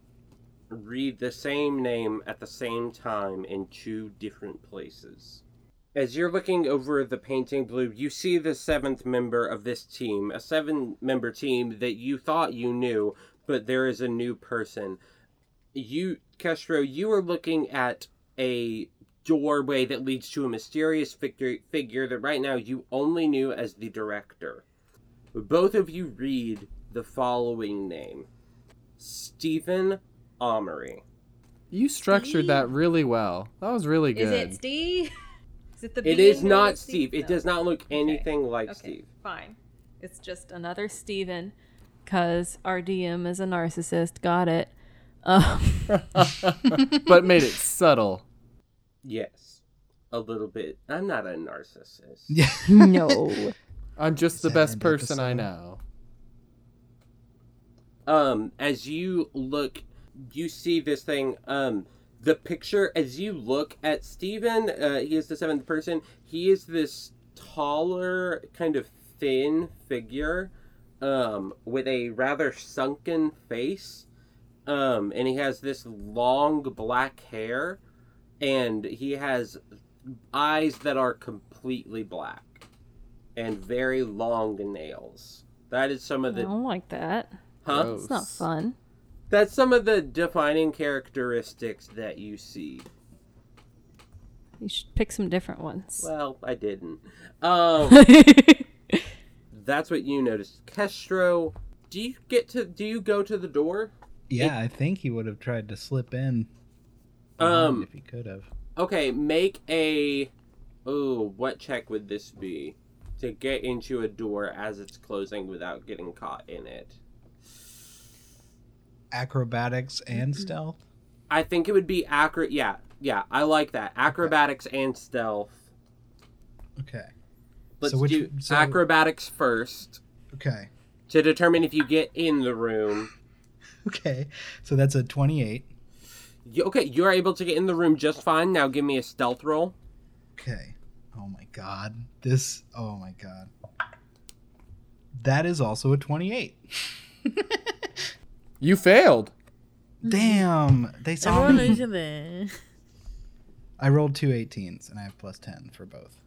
Speaker 1: read the same name at the same time in two different places. As you're looking over the painting blue, you see the seventh member of this team, a seven member team that you thought you knew, but there is a new person. You, Castro, you are looking at a doorway that leads to a mysterious figure, figure that right now you only knew as the director. Both of you read the following name. Stephen Amory.
Speaker 2: You structured that really well. That was really
Speaker 8: Is
Speaker 2: good.
Speaker 8: it Steve? Is it the
Speaker 1: It
Speaker 8: bean
Speaker 1: is
Speaker 8: or
Speaker 1: not
Speaker 8: the
Speaker 1: Steve. It
Speaker 8: No.
Speaker 1: does not look anything like
Speaker 8: Okay,
Speaker 1: Steve.
Speaker 8: fine. It's just another Steven, because our DM is a narcissist. Got it. Um,
Speaker 2: but made it subtle.
Speaker 1: Yes. A little bit. I'm not a narcissist.
Speaker 4: yeah.
Speaker 5: No.
Speaker 2: I'm just the
Speaker 4: that
Speaker 2: best
Speaker 4: an
Speaker 2: person I
Speaker 4: episode?
Speaker 2: know.
Speaker 1: Um as you look you see this thing um the picture as you look at Steven, uh, he is the seventh person. He is this taller, kind of thin figure um with a rather sunken face. Um and he has this long black hair and he has eyes that are completely black and very long nails. That is some of
Speaker 8: I
Speaker 1: the
Speaker 8: don't like that.
Speaker 1: huh?
Speaker 8: It's not
Speaker 2: Gross.
Speaker 8: fun.
Speaker 1: That's some of the defining characteristics that you see.
Speaker 8: You should pick some different ones.
Speaker 1: Well, I didn't. Um, that's what you noticed. Kestro, do you get to? Do you go to the door?
Speaker 4: Yeah, I think he would have tried to slip in behind
Speaker 1: Um.
Speaker 4: if he could have.
Speaker 1: Okay, make a. Oh, what check would this be? To get into a door as it's closing without getting caught in it.
Speaker 4: Acrobatics and stealth.
Speaker 1: I think it would be accurate. Yeah, yeah, I like that. Acrobatics and stealth.
Speaker 4: Okay.
Speaker 1: Let's
Speaker 4: which-
Speaker 1: do
Speaker 4: so-
Speaker 1: acrobatics first
Speaker 4: Okay.
Speaker 1: to determine if you get in the room.
Speaker 4: Okay. So that's a 28.
Speaker 1: You, okay, you are able to get in the room just fine. Now give me a stealth roll.
Speaker 4: Okay. Oh my god. This. Oh my god. That is also a 28.
Speaker 2: You failed.
Speaker 4: Damn. They saw
Speaker 6: Everyone knows
Speaker 4: me.
Speaker 6: you're there.
Speaker 4: I rolled two 18s and I have plus 10 for both.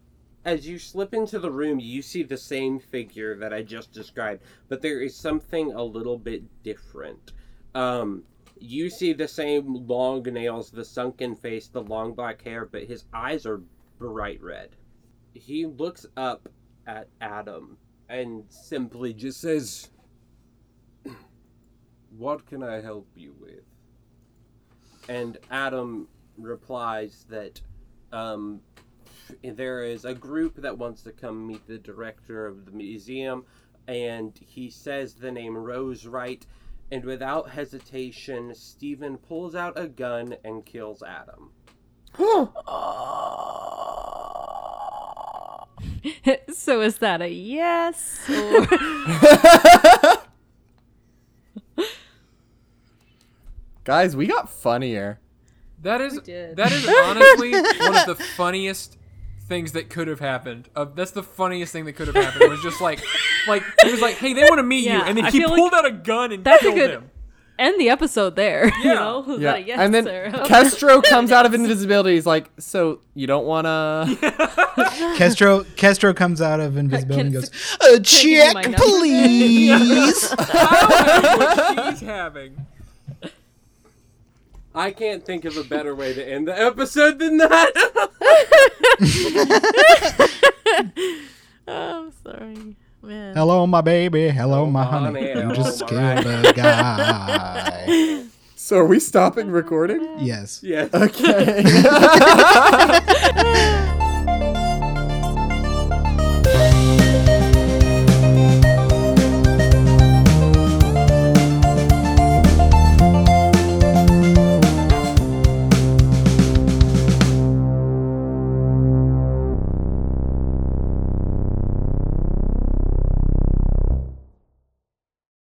Speaker 1: As you slip into the room, you see the same figure that I just described, but there is something a little bit different. Um, you see the same long nails, the sunken face, the long black hair, but his eyes are bright red. He looks up at Adam and simply just says, What can I help you with? And Adam replies that um, there is a group that wants to come meet the director of the museum, and he says the name Rose Wright, and without hesitation, Stephen pulls out a gun and kills Adam.
Speaker 8: Oh.
Speaker 5: so is that a yes? Or...
Speaker 2: Guys, we got funnier.
Speaker 3: That is
Speaker 8: did.
Speaker 3: that is honestly one of the funniest things that could have happened. Uh, that's the funniest thing that could have happened. was just like, like he was like, "Hey, they want to meet you,"
Speaker 5: Yeah,
Speaker 3: and then
Speaker 5: I
Speaker 3: he
Speaker 5: feel
Speaker 3: pulled out a gun and
Speaker 5: that's a
Speaker 3: killed
Speaker 5: good-
Speaker 3: him.
Speaker 5: End the episode there.
Speaker 3: Yeah.
Speaker 5: You know?
Speaker 8: Uh,
Speaker 5: Is
Speaker 2: Yeah.
Speaker 5: that a yes
Speaker 2: and then
Speaker 5: or-
Speaker 2: Kestro comes out of invisibility. He's like, "So you don't wanna?"
Speaker 4: Kestro Kestro comes out of invisibility and
Speaker 8: Can-
Speaker 4: goes, "A
Speaker 8: you my
Speaker 4: check,
Speaker 8: number?"
Speaker 4: please."
Speaker 3: I don't know what she's having.
Speaker 1: I can't think of a better way to end the episode than that.
Speaker 6: Oh, I'm sorry. Man.
Speaker 4: Hello, my baby. Hello, my honey.
Speaker 1: honey.
Speaker 4: You just
Speaker 1: Oh, my
Speaker 4: killed a guy.
Speaker 2: so are we stopping recording?
Speaker 4: yes.
Speaker 1: yes.
Speaker 2: Okay.